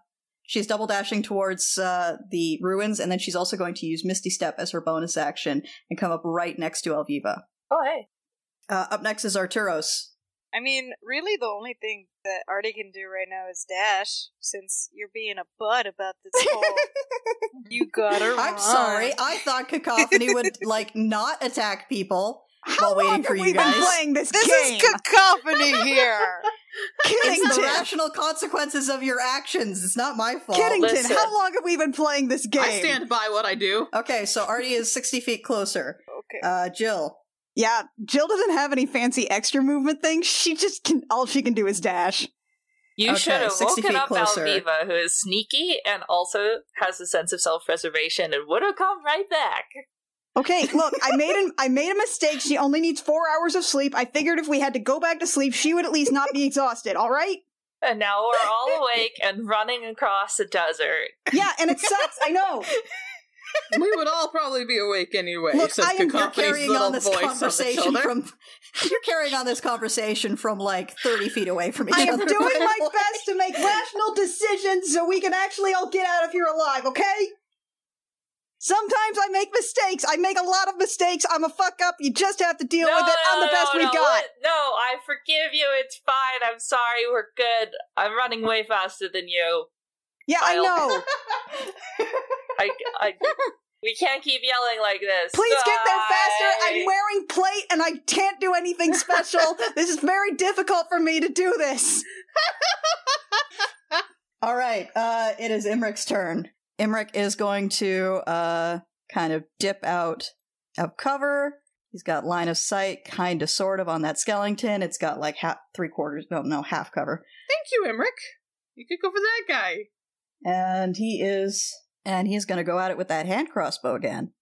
Speaker 1: she's double dashing towards uh the ruins and then she's also going to use Misty Step as her bonus action and come up right next to Elviva.
Speaker 2: Oh, hey.
Speaker 1: Uh up next is Arturos.
Speaker 5: I mean, really, the only thing that Artie can do right now is dash, since you're being a butt about this whole. you gotta run.
Speaker 1: I'm sorry. I thought Cacophony would like not attack people.
Speaker 3: How
Speaker 1: waiting
Speaker 3: long
Speaker 1: for
Speaker 3: have
Speaker 1: you
Speaker 3: we been
Speaker 1: guys.
Speaker 3: playing this,
Speaker 5: This
Speaker 3: game?
Speaker 5: is cacophony here.
Speaker 1: It's the
Speaker 3: Kiddington.
Speaker 1: rational consequences of your actions. It's not my fault.
Speaker 3: Kiddington,
Speaker 2: Listen.
Speaker 3: how long have we been playing this game?
Speaker 4: I stand by what I do.
Speaker 1: Okay, so Artie is 60 feet closer.
Speaker 5: Okay.
Speaker 1: Uh, Jill.
Speaker 3: Yeah, Jill doesn't have any fancy extra movement things. She just can. All she can do is dash.
Speaker 2: You
Speaker 1: Okay,
Speaker 2: should have
Speaker 1: 60
Speaker 2: woken
Speaker 1: feet
Speaker 2: up
Speaker 1: closer.
Speaker 2: Alviva, who is sneaky and also has a sense of self preservation and would have come right back.
Speaker 3: Okay, look, I made an I made a mistake. She only needs four hours of sleep. I figured if we had to go back to sleep, she would at least not be exhausted. All right?
Speaker 2: And now we're all awake and running across the desert.
Speaker 3: Yeah, and it sucks. I know.
Speaker 4: We would all probably be awake anyway.
Speaker 3: Look,
Speaker 4: says
Speaker 3: I am- you're
Speaker 1: You're
Speaker 4: Cacophony's
Speaker 1: carrying
Speaker 4: little
Speaker 1: on this
Speaker 4: voice on the
Speaker 1: conversation
Speaker 4: shoulder.
Speaker 1: from. You're carrying on this conversation from like 30 feet away from each
Speaker 3: I am
Speaker 1: other.
Speaker 3: doing
Speaker 1: by the
Speaker 3: my
Speaker 1: way.
Speaker 3: best to make rational decisions so we can actually all get out of here alive. Okay? Sometimes I make mistakes. I make a lot of mistakes. I'm a fuck up. You just have to deal with it. I'm the best
Speaker 2: no,
Speaker 3: we've got.
Speaker 2: let- No, I forgive you. It's fine. I'm sorry. We're good. I'm running way faster than you.
Speaker 3: Yeah, I
Speaker 2: I'll-
Speaker 3: know.
Speaker 2: I, I, we can't keep yelling like this.
Speaker 3: Please get there faster.
Speaker 2: Bye.
Speaker 3: I'm wearing plate and I can't do anything special. this is very difficult for me to do this.
Speaker 1: All right, uh, it is Imric's turn. Imric is going to uh, kind of dip out of cover. He's got line of sight, kind of, sort of, on that skeleton. It's got like half, three quarters, no, no, half cover.
Speaker 4: Thank you, Emmerich. You could go for that guy.
Speaker 1: and he is and he's going to go at it with that hand crossbow again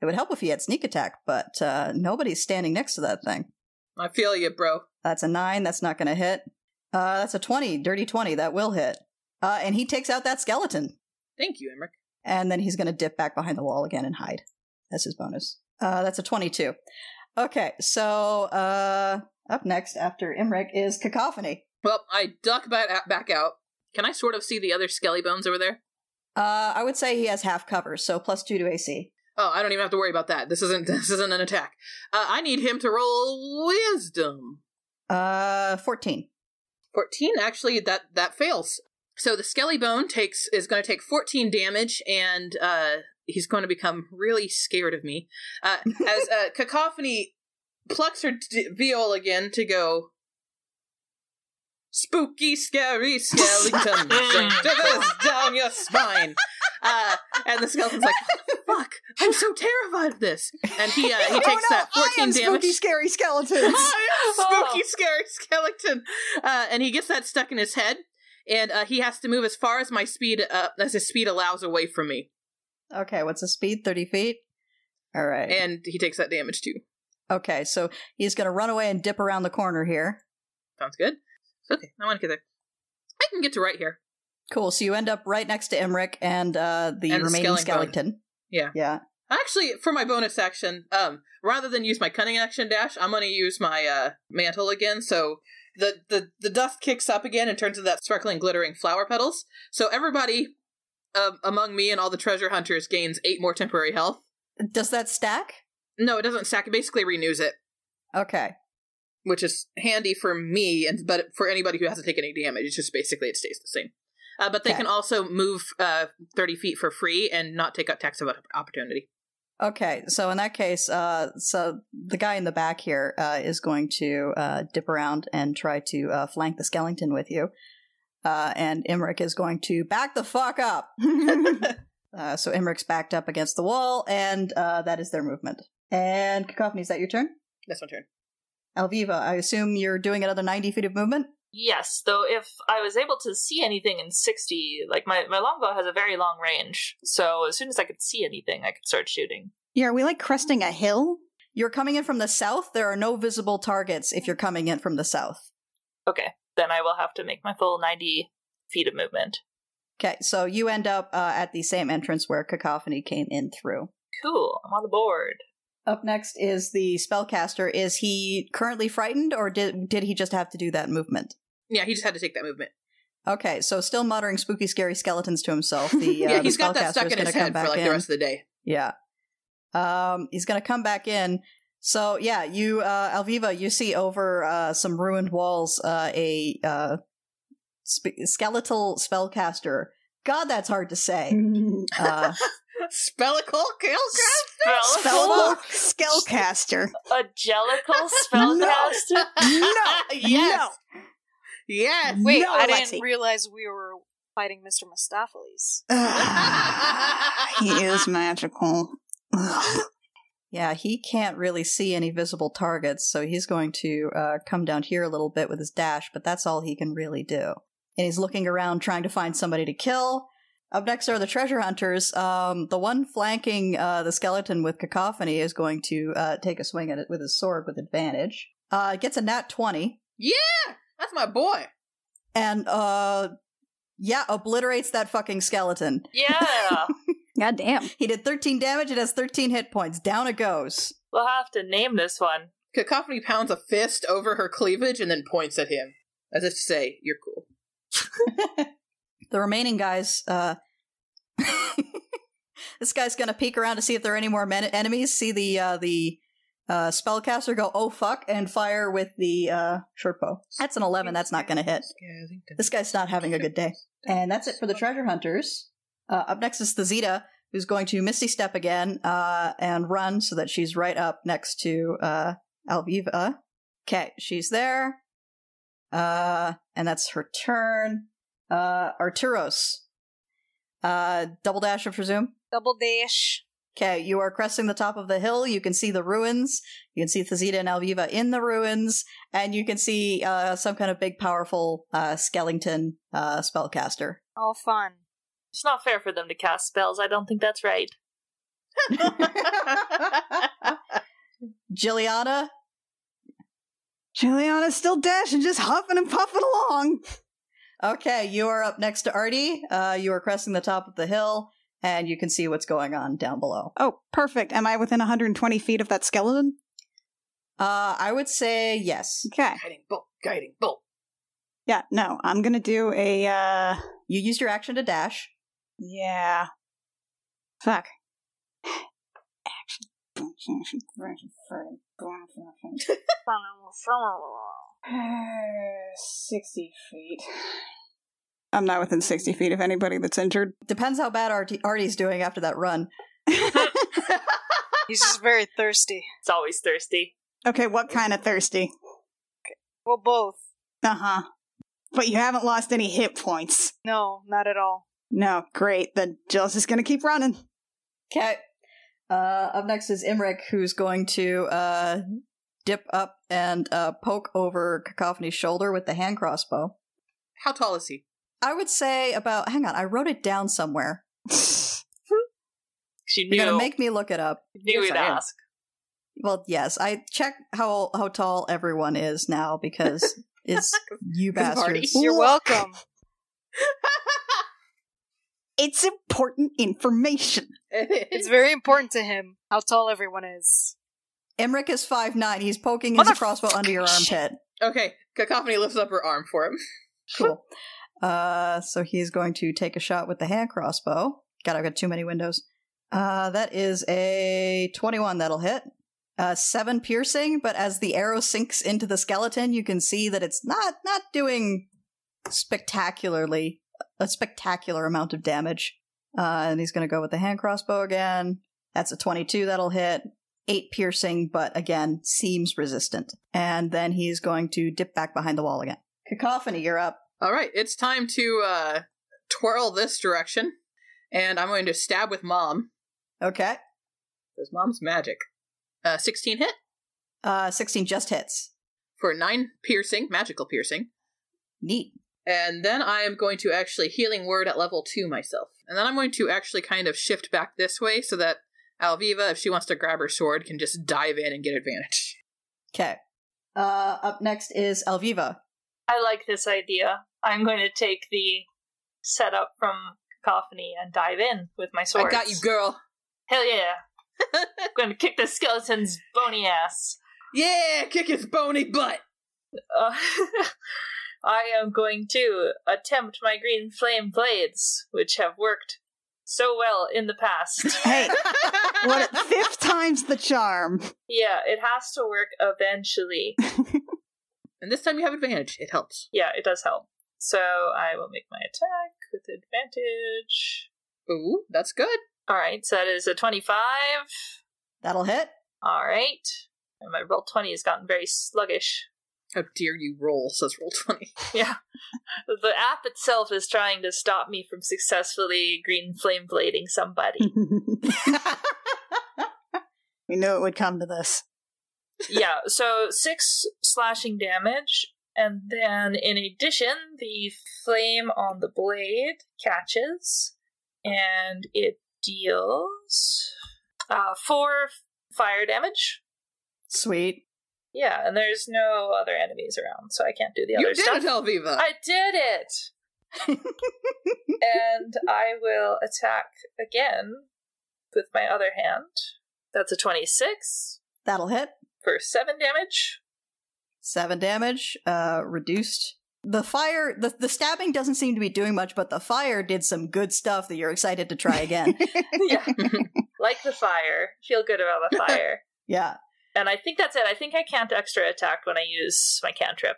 Speaker 1: it would help if he had sneak attack but uh, nobody's standing next to that thing
Speaker 4: I feel you, bro.
Speaker 1: that's a nine that's not going to hit uh, that's a 20 dirty 20 that will hit uh, and he takes out that skeleton
Speaker 4: Thank you, Emmerich.
Speaker 1: and then he's going to dip back behind the wall again and hide that's his bonus uh, that's a 22 okay so uh, up next after imric is cacophony
Speaker 4: Well, I duck back back out. Can I sort of see the other skelly bones over there?
Speaker 1: uh, i would say he has half cover so plus two to ac
Speaker 4: Oh, I don't even have to worry about that. This isn't this isn't an attack. Uh, I need him to roll wisdom.
Speaker 1: uh, 14
Speaker 4: 14 actually that that fails. So the skelly bone takes is going to take 14 damage and uh he's going to become really scared of me. Uh as uh, cacophony plucks her d- viola again to go spooky scary skeleton shivers down your spine. Uh, and the skeleton's like, "Fuck! I'm so terrified of this." And he uh, he
Speaker 3: Oh,
Speaker 4: takes
Speaker 3: no,
Speaker 4: that 14
Speaker 3: I am
Speaker 4: damage.
Speaker 3: spooky, scary skeletons.
Speaker 4: I am spooky, scary skeleton. Uh, and he gets that stuck in his head, and uh, he has to move as far as my speed uh, as his speed allows away from me,
Speaker 1: Okay, what's the speed? 30 feet? All right.
Speaker 4: and he takes that damage too.
Speaker 1: okay, so he's going to run away and dip around the corner here.
Speaker 4: Sounds good. It's okay. I want to get there. I can get to right here.
Speaker 1: Cool. So you end up right next to Emric and uh, the
Speaker 4: And the
Speaker 1: remaining
Speaker 4: skeleton.
Speaker 1: skeleton.
Speaker 4: Yeah.
Speaker 1: Yeah.
Speaker 4: Actually, for my bonus action, um, rather than use my cunning action dash, I'm going to use my uh, mantle again. So the, the the dust kicks up again and turns into that sparkling, glittering flower petals. So everybody um, among me and all the treasure hunters gains eight more temporary health.
Speaker 1: Does that stack?
Speaker 4: No, it doesn't stack. It basically renews it,
Speaker 1: Okay.
Speaker 4: which is handy for me, and but for anybody who hasn't taken any damage, it's just basically it stays the same. Uh, but they
Speaker 1: Okay.
Speaker 4: can also move uh, thirty feet for free and not take out tax of opp- opportunity.
Speaker 1: Okay. So in that case, uh, so the guy in the back here uh, is going to uh, dip around and try to uh, flank the skeleton with you. Uh, and Imric is going to back the fuck up. uh, so Imric's backed up against the wall, and uh, that is their movement. And Cacophony, is that your turn?
Speaker 4: That's my turn.
Speaker 1: Alviva, I assume you're doing another 90 feet of movement?
Speaker 2: Yes, though if I was able to see anything in 60, like my, my longbow has a very long range, so as soon as I could see anything, I could start shooting.
Speaker 3: Yeah, are we like cresting a hill?
Speaker 1: You're coming in from the south. There are no visible targets if you're coming in from the south.
Speaker 2: Okay, then I will have to make my full 90 feet of movement.
Speaker 1: Okay, so you end up uh, at the same entrance where Cacophony came in through.
Speaker 2: Cool, I'm on the board.
Speaker 1: Up next is the spellcaster. Is he currently frightened, or did did he just have to do that movement?
Speaker 4: Yeah, he just had to take that movement.
Speaker 1: Okay, so still muttering spooky, scary skeletons to himself. The, uh,
Speaker 4: yeah,
Speaker 1: the
Speaker 4: he's got
Speaker 1: spellcaster
Speaker 4: that stuck
Speaker 1: is
Speaker 4: in
Speaker 1: gonna
Speaker 4: his
Speaker 1: come
Speaker 4: head for
Speaker 1: back
Speaker 4: like
Speaker 1: in.
Speaker 4: the rest of the day.
Speaker 1: Yeah. Um, he's gonna come back in. So yeah, you uh Alviva, you see over uh some ruined walls uh a uh sp- skeletal spellcaster. God, that's hard to say.
Speaker 3: Mm,
Speaker 1: Uh
Speaker 4: Spellicle kill
Speaker 2: Spellicle?
Speaker 3: Spell Skellcaster.
Speaker 2: Angelical spellcaster?
Speaker 3: No,
Speaker 4: yes. Yes.
Speaker 5: Wait,
Speaker 3: No,
Speaker 5: I
Speaker 3: Lexi.
Speaker 5: didn't realize we were fighting Mr. Mistopheles.
Speaker 3: Ugh, he is magical. Ugh.
Speaker 1: yeah, he can't really see any visible targets, so he's going to uh come down here a little bit with his dash, but that's all he can really do. And he's looking around trying to find somebody to kill. Up next are the treasure hunters. Um, the one flanking uh, the skeleton with cacophony is going to uh, take a swing at it with his sword with advantage. Uh, gets a nat 20
Speaker 4: Yeah, that's my boy.
Speaker 1: and, uh, yeah, obliterates that fucking skeleton.
Speaker 2: Yeah,
Speaker 3: God damn.
Speaker 1: He did 13 damage. It has 13 hit points. Down it goes.
Speaker 2: we'll have to name this one.
Speaker 4: Cacophony pounds a fist over her cleavage and then points at him, as if to say, "You're cool."
Speaker 1: The remaining guys, uh, this guy's gonna peek around to see if there are any more men- enemies. See the uh, the uh, spellcaster go, oh fuck, and fire with the uh, short bow. That's an eleven. That's not gonna hit. This guy's not having a good day. And that's it for the treasure hunters. Uh, up next is the Zeta, who's going to Misty Step again uh, and run so that she's right up next to uh, Alviva. Okay, she's there. Uh, and that's her turn. Uh, Arturos. Uh, double dash, I presume.
Speaker 5: Double dash.
Speaker 1: Okay, you are cresting the top of the hill. You can see the ruins. You can see Thazita and Alviva in the ruins, and you can see uh, some kind of big, powerful uh, skeleton uh, spellcaster.
Speaker 5: All fun.
Speaker 2: It's not fair for them to cast spells, I don't think that's right.
Speaker 1: Giuliana,
Speaker 3: Juliana's still dashing, just huffing and puffing along.
Speaker 1: okay, you are up next to Artie. Uh, you are cresting the top of the hill, and you can see what's going on down below.
Speaker 3: Oh, perfect. Am I within 120 feet of that skeleton?
Speaker 1: Uh, I would say yes.
Speaker 3: Okay.
Speaker 4: guiding bolt, guiding bolt.
Speaker 3: Yeah, no, I'm going to do a, uh,
Speaker 1: You used your action to dash.
Speaker 3: yeah. Fuck. Action. Action, action, action, action, action, action. Uh, 60 feet. I'm not within 60 feet of anybody that's injured.
Speaker 1: Depends how bad Artie- Artie's doing after that run.
Speaker 5: He's just very thirsty.
Speaker 2: It's always thirsty.
Speaker 3: okay, what kind of thirsty?
Speaker 5: Well, both.
Speaker 3: Uh huh. But you haven't lost any hit points.
Speaker 5: No, not at all.
Speaker 3: No, great. Then Jill's just going to keep running.
Speaker 1: Okay. Uh, up next is Imric, who's going to uh, dip up and uh, poke over Cacophony's shoulder with the hand crossbow.
Speaker 4: How tall is he?
Speaker 1: I would say about, hang on, I wrote it down somewhere.
Speaker 2: She
Speaker 1: You're going to
Speaker 2: knew,
Speaker 1: make me look it up.
Speaker 2: knew
Speaker 4: Yes,
Speaker 2: we'd
Speaker 4: I am.
Speaker 2: ask.
Speaker 1: Well, yes, I check how how tall everyone is now because it's you
Speaker 4: Because of Artie.
Speaker 1: bastards.
Speaker 5: You're
Speaker 3: Look.
Speaker 5: welcome.
Speaker 3: It's important information.
Speaker 5: It's very important to him how tall everyone is.
Speaker 1: Emric is five nine. He's poking his
Speaker 5: Motherfucking
Speaker 1: crossbow under your
Speaker 5: shit.
Speaker 1: armpit.
Speaker 4: Okay, Cacophony lifts up her arm for him.
Speaker 1: Cool. Uh, so he's going to take a shot with the hand crossbow. God, I've got too many windows. Uh, that is a 21 that'll hit. Uh, seven piercing, but as the arrow sinks into the skeleton, you can see that it's not not doing spectacularly a spectacular amount of damage. Uh, and he's going to go with the hand crossbow again. That's a 22 that'll hit. Eight piercing, but again, seems resistant. And then he's going to dip back behind the wall again. Cacophony, you're up.
Speaker 4: All right, it's time to uh, twirl this direction, and I'm going to stab with mom
Speaker 1: Okay.
Speaker 4: because mom's magic. Uh, 16 hit
Speaker 1: Uh, 16 just hits.
Speaker 4: for nine piercing, magical piercing,
Speaker 1: Neat.
Speaker 4: and then I am going to actually healing word at level two myself, and then I'm going to actually kind of shift back this way so that Alviva, if she wants to grab her sword, can just dive in and get advantage.
Speaker 1: Okay. Uh, up next is Elviva.
Speaker 2: I like this idea. I'm going to take the setup from Cacophony and dive in with my sword.
Speaker 4: I got you, girl.
Speaker 2: Hell yeah. I'm going to kick the skeleton's bony ass.
Speaker 4: Yeah, kick his bony butt.
Speaker 2: Uh, I am going to attempt my green flame blades, which have worked so well in the past.
Speaker 3: Hey, what fifth time's the charm.
Speaker 2: yeah, it has to work eventually.
Speaker 4: And this time you have advantage. It helps.
Speaker 2: yeah, it does help. So I will make my attack with advantage.
Speaker 4: Ooh, that's good.
Speaker 2: All right, so that is a 25.
Speaker 1: That'll hit.
Speaker 2: All right. And my roll 20 has gotten very sluggish.
Speaker 4: How dare you roll, says roll 20.
Speaker 2: Yeah. the app itself is trying to stop me from successfully green flame blading somebody.
Speaker 3: we knew it would come to this.
Speaker 2: yeah, so six slashing damage, and then in addition, the flame on the blade catches, and it deals uh, four f- fire damage.
Speaker 1: Sweet.
Speaker 2: Yeah, and there's no other enemies around, so I can't do the
Speaker 4: you
Speaker 2: other
Speaker 4: did
Speaker 2: stuff.
Speaker 4: it, Elviva!
Speaker 2: I did it! and I will attack again with my other hand. That's a 26
Speaker 1: That'll hit.
Speaker 2: for 7 damage.
Speaker 1: Seven damage, uh, reduced. The fire, the, the stabbing doesn't seem to be doing much, but the fire did some good stuff that you're excited to try again.
Speaker 2: yeah. Like the fire. Feel good about the fire.
Speaker 1: yeah,
Speaker 2: And I think that's it. I think I can't extra attack when I use my cantrip.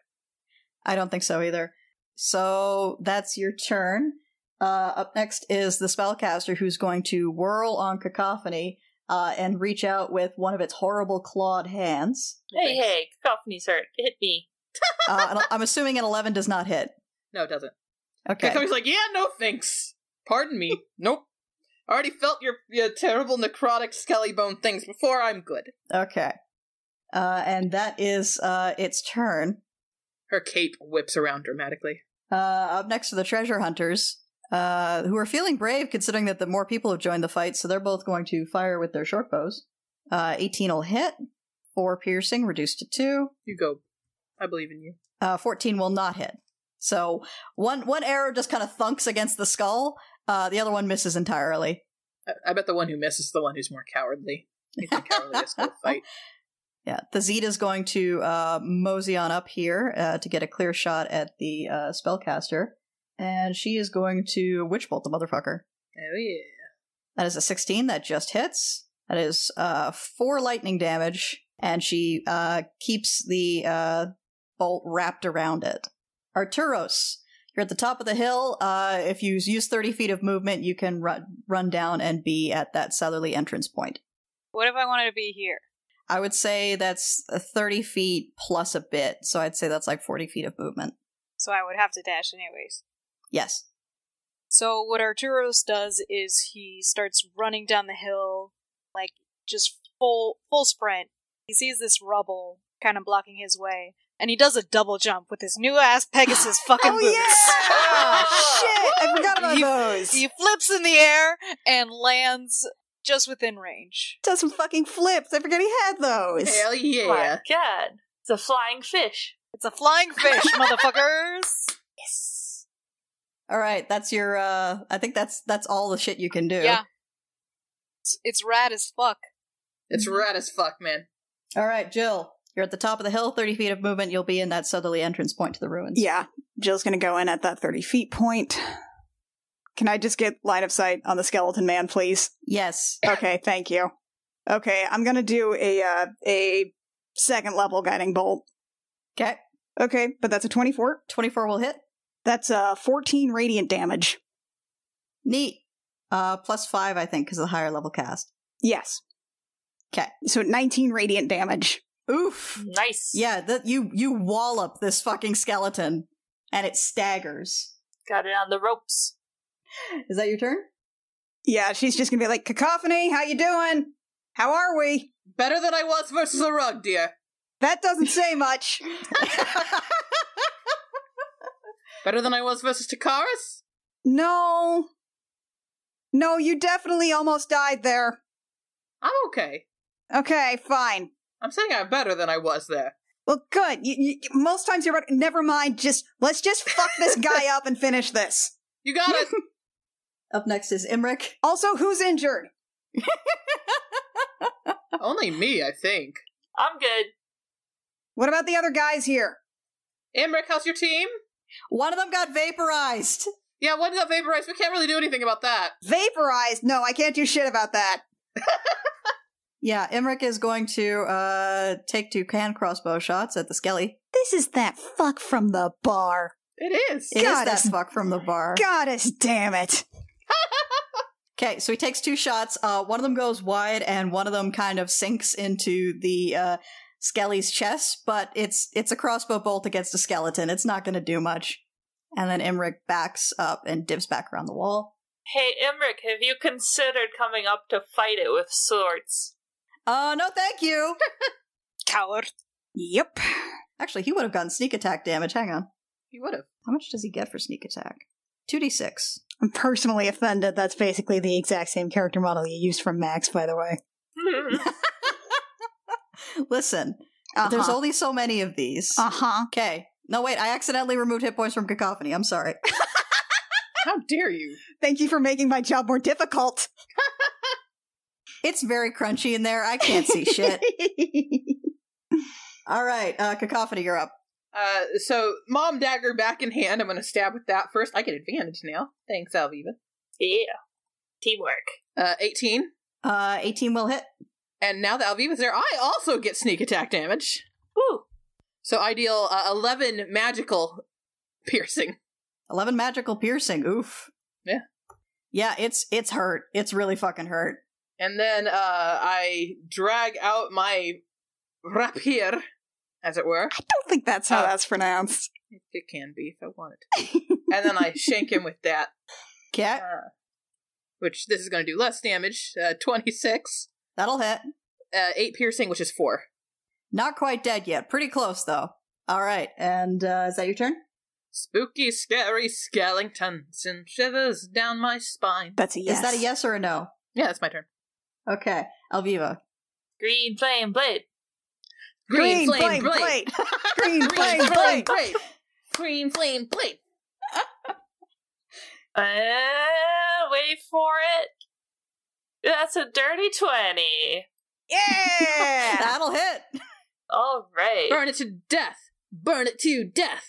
Speaker 1: I don't think so either. So that's your turn. Uh, up next is the spellcaster who's going to whirl on Cacophony uh, and reach out with one of its horrible clawed hands.
Speaker 2: Hey, hey, cacophony's hurt. Hit me.
Speaker 1: Uh, and I'm assuming an 11 does not hit.
Speaker 4: No, it doesn't.
Speaker 1: Okay.
Speaker 4: Kakomi's like, yeah, no thanks. Pardon me. nope. I already felt your, your terrible necrotic skelly bone things before I'm good.
Speaker 1: Okay. Uh, and that is uh, its turn.
Speaker 4: Her cape whips around dramatically.
Speaker 1: Uh, up next are the treasure hunters, uh, who are feeling brave considering that the more people have joined the fight, so they're both going to fire with their short bows. Uh, 18 will hit, 4 piercing, reduced to 2.
Speaker 4: You go. I believe in you.
Speaker 1: Uh, 14 will not hit. So one, one arrow just kind of thunks against the skull, uh, the other one misses entirely.
Speaker 4: I, I bet the one who misses is the one who's more cowardly. He's the cowardliest in the fight.
Speaker 1: Yeah, the Zeta's going to uh, mosey on up here uh, to get a clear shot at the uh, spellcaster, and she is going to witch bolt the motherfucker.
Speaker 4: Oh, yeah.
Speaker 1: That is a sixteen that just hits. That is uh, four lightning damage, and she uh, keeps the uh, bolt wrapped around it. Arturos, you're at the top of the hill. Uh, if you use thirty feet of movement, you can run run down and be at that southerly entrance point.
Speaker 5: What if I wanted to be here?
Speaker 1: I would say that's 30 feet plus a bit. So I'd say that's like 40 feet of movement.
Speaker 5: So I would have to dash anyways.
Speaker 1: Yes.
Speaker 5: So what Arturos does is he starts running down the hill, like just full full sprint. He sees this rubble kind of blocking his way, and he does a double jump with his new ass Pegasus fucking
Speaker 3: oh,
Speaker 5: boots. Oh,
Speaker 3: yeah! Shit! I forgot about
Speaker 5: You-
Speaker 3: those.
Speaker 5: He flips in the air and lands just within range.
Speaker 3: does some fucking flips. I forgot he had those.
Speaker 4: Hell yeah.
Speaker 2: My God. It's a flying fish.
Speaker 5: It's a flying fish, motherfuckers.
Speaker 1: All right. That's your, uh, I think that's, that's all the shit you can do.
Speaker 5: Yeah. It's, it's rad as fuck.
Speaker 4: It's rad as fuck, man.
Speaker 1: All right, Jill, You're at the top of the hill, 30 feet of movement, you'll be in that southerly entrance point to the ruins.
Speaker 3: Yeah, Jill's gonna go in at that 30 feet point. Can I just get line of sight on the skeleton man, please?
Speaker 1: Yes.
Speaker 3: Okay, thank you. Okay, I'm gonna do a uh, a second level guiding bolt.
Speaker 1: Okay.
Speaker 3: Okay, but that's a 24.
Speaker 1: 24 will hit.
Speaker 3: That's uh 14 radiant damage.
Speaker 1: Neat. Uh, plus five, I think, because of the higher level cast.
Speaker 3: Yes.
Speaker 1: 'Kay.
Speaker 3: So 19 radiant damage.
Speaker 1: Oof.
Speaker 2: Nice.
Speaker 1: Yeah, that you you wallop this fucking skeleton, and it staggers.
Speaker 2: Got it on the ropes.
Speaker 1: Is that your turn?
Speaker 3: Yeah, she's just gonna be like, Cacophony, how you doing? How are we?
Speaker 4: Better than I was versus a rug, dear.
Speaker 3: That doesn't say much.
Speaker 4: Better than I was versus Takaris?
Speaker 3: No. No, you definitely almost died there.
Speaker 4: I'm okay.
Speaker 3: Okay, fine.
Speaker 4: I'm saying I'm better than I was there.
Speaker 3: Well, good. You, you, most times you're right. Never mind. Just let's just fuck this guy up and finish this.
Speaker 4: You got it.
Speaker 1: Up next is Imric.
Speaker 3: Also, who's injured?
Speaker 4: Only me, I think.
Speaker 2: I'm good.
Speaker 3: What about the other guys here?
Speaker 4: Imric, how's your team?
Speaker 1: One of them got vaporized.
Speaker 4: Yeah, one got vaporized. We can't really do anything about that.
Speaker 3: Vaporized? No, I can't do shit about that.
Speaker 1: Yeah, Imric is going to uh, take two hand crossbow shots at the skelly.
Speaker 3: This is that fuck from the bar.
Speaker 4: It is.
Speaker 1: It is
Speaker 3: God,
Speaker 1: that
Speaker 3: it's-
Speaker 1: fuck from the bar.
Speaker 3: Goddess damn it.
Speaker 1: Okay, so he takes two shots. Uh, one of them goes wide, and one of them kind of sinks into the uh, skelly's chest. But it's it's a crossbow bolt against a skeleton. It's not going to do much. And then Imric backs up and dips back around the wall.
Speaker 2: Hey, Imric, have you considered coming up to fight it with swords?
Speaker 1: Uh, no, thank you.
Speaker 5: Coward.
Speaker 3: Yep.
Speaker 1: Actually, he would have gotten sneak attack damage. Hang on.
Speaker 4: You would have.
Speaker 1: How much does he get for sneak attack? 2d6.
Speaker 3: I'm personally offended. That's basically the exact same character model you used from Max, by the way.
Speaker 2: Hmm.
Speaker 1: Listen,
Speaker 3: Uh
Speaker 1: there's
Speaker 3: huh.
Speaker 1: only so many of these.
Speaker 3: Uh huh.
Speaker 1: Okay. No, wait, I accidentally removed hit points from Cacophony. I'm sorry.
Speaker 4: How dare you?
Speaker 3: Thank you for making my job more difficult.
Speaker 1: It's very crunchy in there. I can't see shit. All right, uh, Cacophony, you're up.
Speaker 4: Uh, so mom dagger back in hand. I'm gonna stab with that first. I get advantage now. Thanks, Alviva.
Speaker 2: yeah. Teamwork.
Speaker 4: Uh, 18.
Speaker 1: Uh, 18 will hit.
Speaker 4: And now that Alviva's there, I also get sneak attack damage.
Speaker 2: Woo.
Speaker 4: So I deal uh, 11 magical piercing.
Speaker 1: 11 magical piercing. Oof.
Speaker 4: Yeah.
Speaker 1: Yeah, it's it's hurt. It's really fucking hurt.
Speaker 4: And then uh, I drag out my rapier, as it were.
Speaker 3: I don't think that's how
Speaker 4: Oh.
Speaker 3: that's pronounced.
Speaker 4: It can be if I wanted. and then I shank him with that,
Speaker 1: Okay,
Speaker 4: uh, which this is going to do less damage. Uh, 26,
Speaker 1: that'll hit.
Speaker 4: uh, 8 piercing, which is 4.
Speaker 1: Not quite dead yet. Pretty close, though. All right, and uh, is that your turn?
Speaker 4: Spooky, scary skeletons and shivers down my spine.
Speaker 3: That's a yes.
Speaker 1: Is that a yes or a no?
Speaker 4: Yeah, that's my turn.
Speaker 1: Okay, Alviva.
Speaker 2: Green flame blade.
Speaker 3: Green, flame, blade. Green flame, blade.
Speaker 4: blade. Green flame blade.
Speaker 2: Uh, wait for it. That's a dirty 20.
Speaker 3: Yeah.
Speaker 1: That'll hit.
Speaker 2: All right.
Speaker 4: Burn it to death. Burn it to death.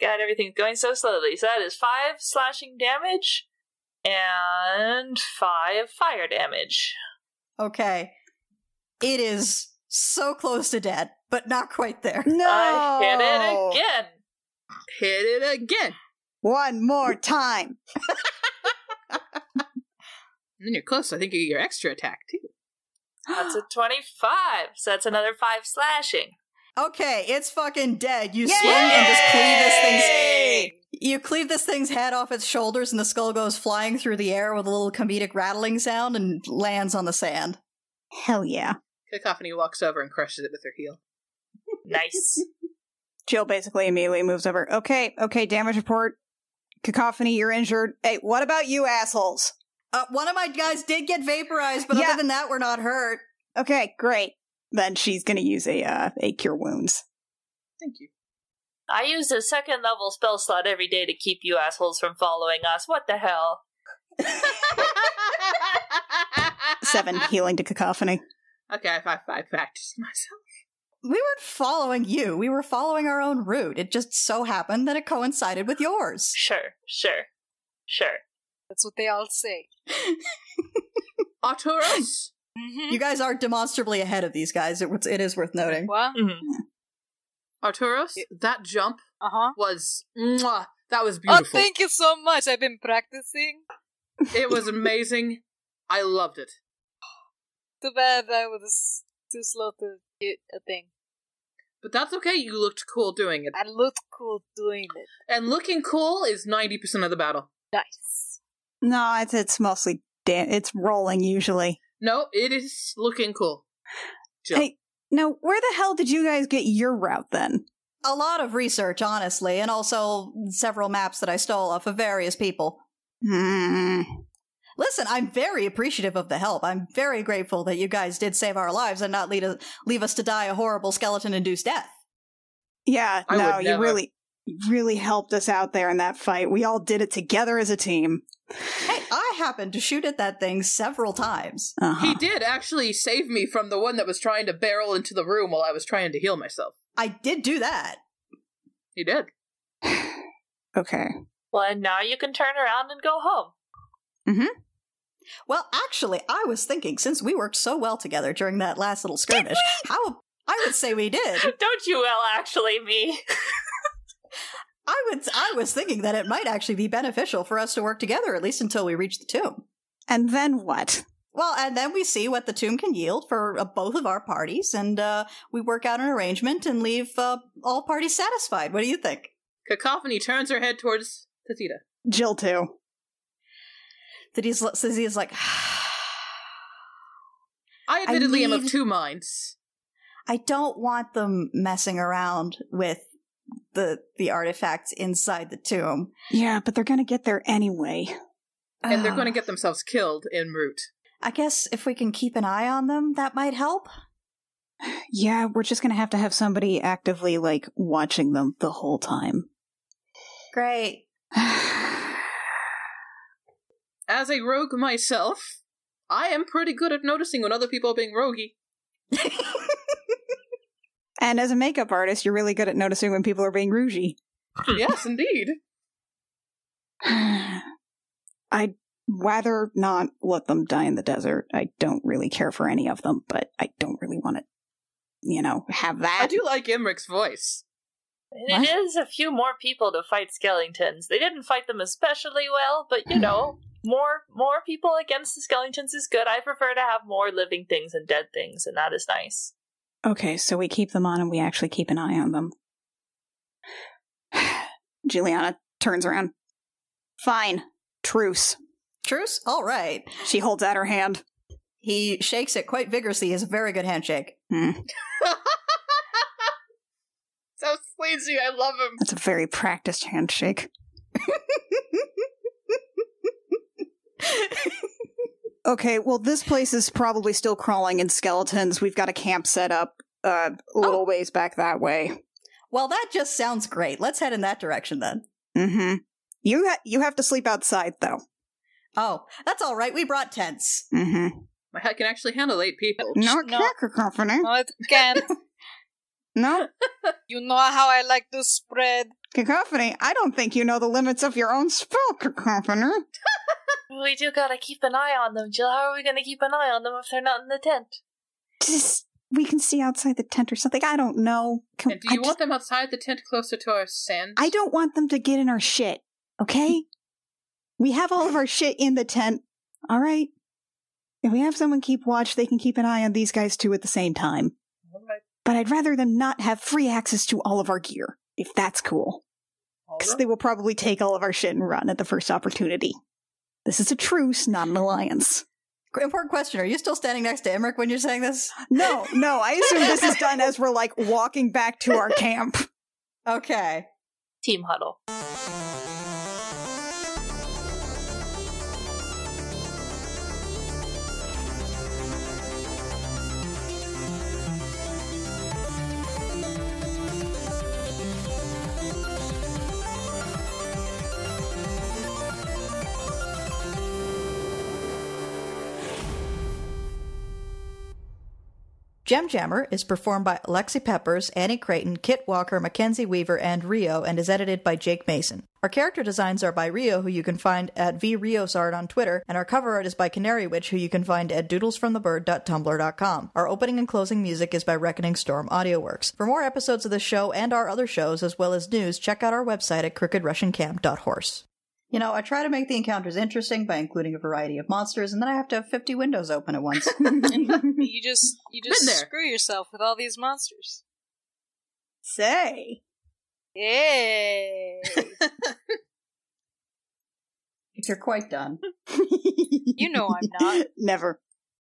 Speaker 2: God, everything's going so slowly. So that is five slashing damage and five fire damage.
Speaker 1: Okay. It is so close to dead, but not quite there.
Speaker 3: no.
Speaker 2: I hit it again.
Speaker 4: Hit it again.
Speaker 3: One more time.
Speaker 4: And then you're close. so I think you get your extra attack too.
Speaker 2: That's a 25. So that's another five slashing.
Speaker 1: Okay, it's fucking dead. You
Speaker 3: Yay!
Speaker 1: swing and just cleave this thing's
Speaker 2: Yay!
Speaker 1: you cleave this thing's head off its shoulders and the skull goes flying through the air with a little comedic rattling sound and lands on the sand.
Speaker 3: Hell yeah.
Speaker 4: Cacophony walks over and crushes it with her heel.
Speaker 2: Nice.
Speaker 3: Jill basically immediately moves over. Okay, okay, damage report. Cacophony, you're injured. Hey, what about you assholes?
Speaker 1: Uh, one of my guys did get vaporized, but
Speaker 3: Yeah.
Speaker 1: other than that, we're not hurt.
Speaker 3: Okay, great. Then she's gonna use a uh, a cure wounds.
Speaker 4: Thank you.
Speaker 2: I use a second level spell slot every day to keep you assholes from following us. What the hell?
Speaker 3: Seven healing to cacophony.
Speaker 4: Okay, I five five practiced myself.
Speaker 1: we weren't following you. We were following our own route. It just so happened that it coincided with yours.
Speaker 2: Sure, sure, sure.
Speaker 5: That's what they all say.
Speaker 4: Arturus.
Speaker 5: Mm-hmm.
Speaker 1: You guys are demonstrably ahead of these guys. It, was- it is worth noting.
Speaker 5: What?
Speaker 2: Mhm.
Speaker 4: Arturus, that jump
Speaker 5: Uh huh.
Speaker 4: was mwah, that was
Speaker 5: Oh,
Speaker 4: beautiful.
Speaker 5: thank you so much. I've been practicing.
Speaker 4: it was amazing. I loved it.
Speaker 5: Too bad I was too slow to get a thing.
Speaker 4: But that's okay. You looked cool doing it.
Speaker 5: I looked cool doing it.
Speaker 4: And looking cool is 90% of the battle.
Speaker 5: Nice.
Speaker 3: No, it's it's mostly da- it's rolling usually.
Speaker 4: No, it is looking cool. Jill.
Speaker 3: Hey. Now, where the hell did you guys get your route then?
Speaker 1: A lot of research, honestly, and also several maps that I stole off of various people.
Speaker 3: Hmm.
Speaker 1: Listen, I'm very appreciative of the help. I'm very grateful that you guys did save our lives and not lead us, leave us to die a horrible skeleton induced death.
Speaker 3: Yeah,
Speaker 4: I
Speaker 3: no,
Speaker 4: would
Speaker 3: you
Speaker 4: never.
Speaker 3: really, you really helped us out there in that fight. We all did it together as a team.
Speaker 1: Hey, I happened to shoot at that thing several times.
Speaker 3: Uh-huh.
Speaker 4: He did actually save me from the one that was trying to barrel into the room while I was trying to heal myself.
Speaker 1: I did do that.
Speaker 4: He did.
Speaker 3: Okay.
Speaker 2: Well, and now you can turn around and go home.
Speaker 1: Well, actually, I was thinking since we worked so well together during that last little skirmish, how I would say we did.
Speaker 2: Don't you well actually me.
Speaker 1: I would I was thinking that it might actually be beneficial for us to work together at least until we reach the tomb.
Speaker 3: And then what?
Speaker 1: Well, and then we see what the tomb can yield for uh, both of our parties, and uh, we work out an arrangement and leave uh, all parties satisfied. What do you think?
Speaker 4: Cacophony turns her head towards Tatita.
Speaker 3: Jill too.
Speaker 1: Thaddeus lo- says he is like,
Speaker 4: I admittedly am of
Speaker 1: need-
Speaker 4: two minds.
Speaker 1: I don't want them messing around with the the artifacts inside the tomb.
Speaker 3: Yeah, but they're gonna get there anyway.
Speaker 4: And they're
Speaker 1: Ugh.
Speaker 4: going to
Speaker 3: uh.
Speaker 4: get themselves killed en route.
Speaker 1: I guess if we can keep an eye on them, that might help.
Speaker 3: Yeah, we're just gonna have to have somebody actively like watching them the whole time.
Speaker 1: Great.
Speaker 4: As a rogue myself, I am pretty good at noticing when other people are being roguey.
Speaker 3: and as a makeup artist, you're really good at noticing when people are being rougey. Hmm.
Speaker 4: yes, indeed.
Speaker 3: I'd rather not let them die in the desert. I don't really care for any of them, but I don't really want to, you know, have that.
Speaker 4: I do like Imric's voice.
Speaker 2: And it is a few more people to fight skeletons. They didn't fight them especially well, but you know, more more people against the skeletons is good. I prefer to have more living things and dead things, and that is nice.
Speaker 3: Okay, so we keep them on and we actually keep an eye on them. Juliana turns around. Fine. Truce.
Speaker 1: Truce? All right.
Speaker 3: She holds out her hand.
Speaker 1: He shakes it quite vigorously. He has a very good handshake.
Speaker 3: Hmm,
Speaker 4: so sleazy, I love him.
Speaker 3: That's a very practiced handshake. Okay, well, this place is probably still crawling in skeletons. We've got a camp set up uh, a little ways back that way.
Speaker 1: Well, that just sounds great. Let's head in that direction then.
Speaker 3: Mm-hmm. You ha- you have to sleep outside though.
Speaker 1: Oh, that's all right. We brought tents.
Speaker 3: Mm-hmm.
Speaker 4: My head can actually handle eight people.
Speaker 3: No
Speaker 5: No. Uh.
Speaker 3: cracker company.
Speaker 5: No, it can't.
Speaker 3: No
Speaker 5: you know how I like to spread.
Speaker 3: cacophony. I don't think you know the limits of your own spell, cacophony.
Speaker 2: We do gotta keep an eye on them, Jill. How are we gonna keep an eye on them if they're not in the tent?
Speaker 3: Just we can see outside the tent or something. I don't know. Can-
Speaker 4: And do you
Speaker 3: I,
Speaker 4: want them outside the tent closer to our sand?
Speaker 3: I don't want them to get in our shit. Okay. we have all of our shit in the tent. All right. If we have someone keep watch, they can keep an eye on these guys too at the same time.
Speaker 4: All right.
Speaker 3: But I'd rather them not have free access to all of our gear, if that's cool.
Speaker 4: All
Speaker 3: because
Speaker 4: right.
Speaker 3: they will probably take all of our shit and run at the first opportunity. This is a truce, not an alliance.
Speaker 1: Qu- Important question. Are you still standing next to Emmerich when you're saying this?
Speaker 3: No, no, I assume this is done as we're like walking back to our camp.
Speaker 1: Okay.
Speaker 2: Team huddle.
Speaker 1: Gem Jammer is performed by Alexi Peppers, Annie Creighton, Kit Walker, Mackenzie Weaver, and Rio, and is edited by Jake Mason. Our character designs are by Rio, who you can find at vriosart on Twitter, and our cover art is by Canary Witch, who you can find at doodlesfromthebird.tumblr.com. Our opening and closing music is by Reckoning Storm AudioWorks. For more episodes of this show and our other shows, as well as news, check out our website at crookedrussiancamp.horse. You know, I try to make the encounters interesting by including a variety of monsters, and then I have to have 50 windows open at once.
Speaker 5: And you just you just
Speaker 4: there.
Speaker 5: screw yourself with all these monsters.
Speaker 3: Say.
Speaker 5: Yay!
Speaker 1: if you're quite done.
Speaker 5: You know I'm not.
Speaker 3: Never.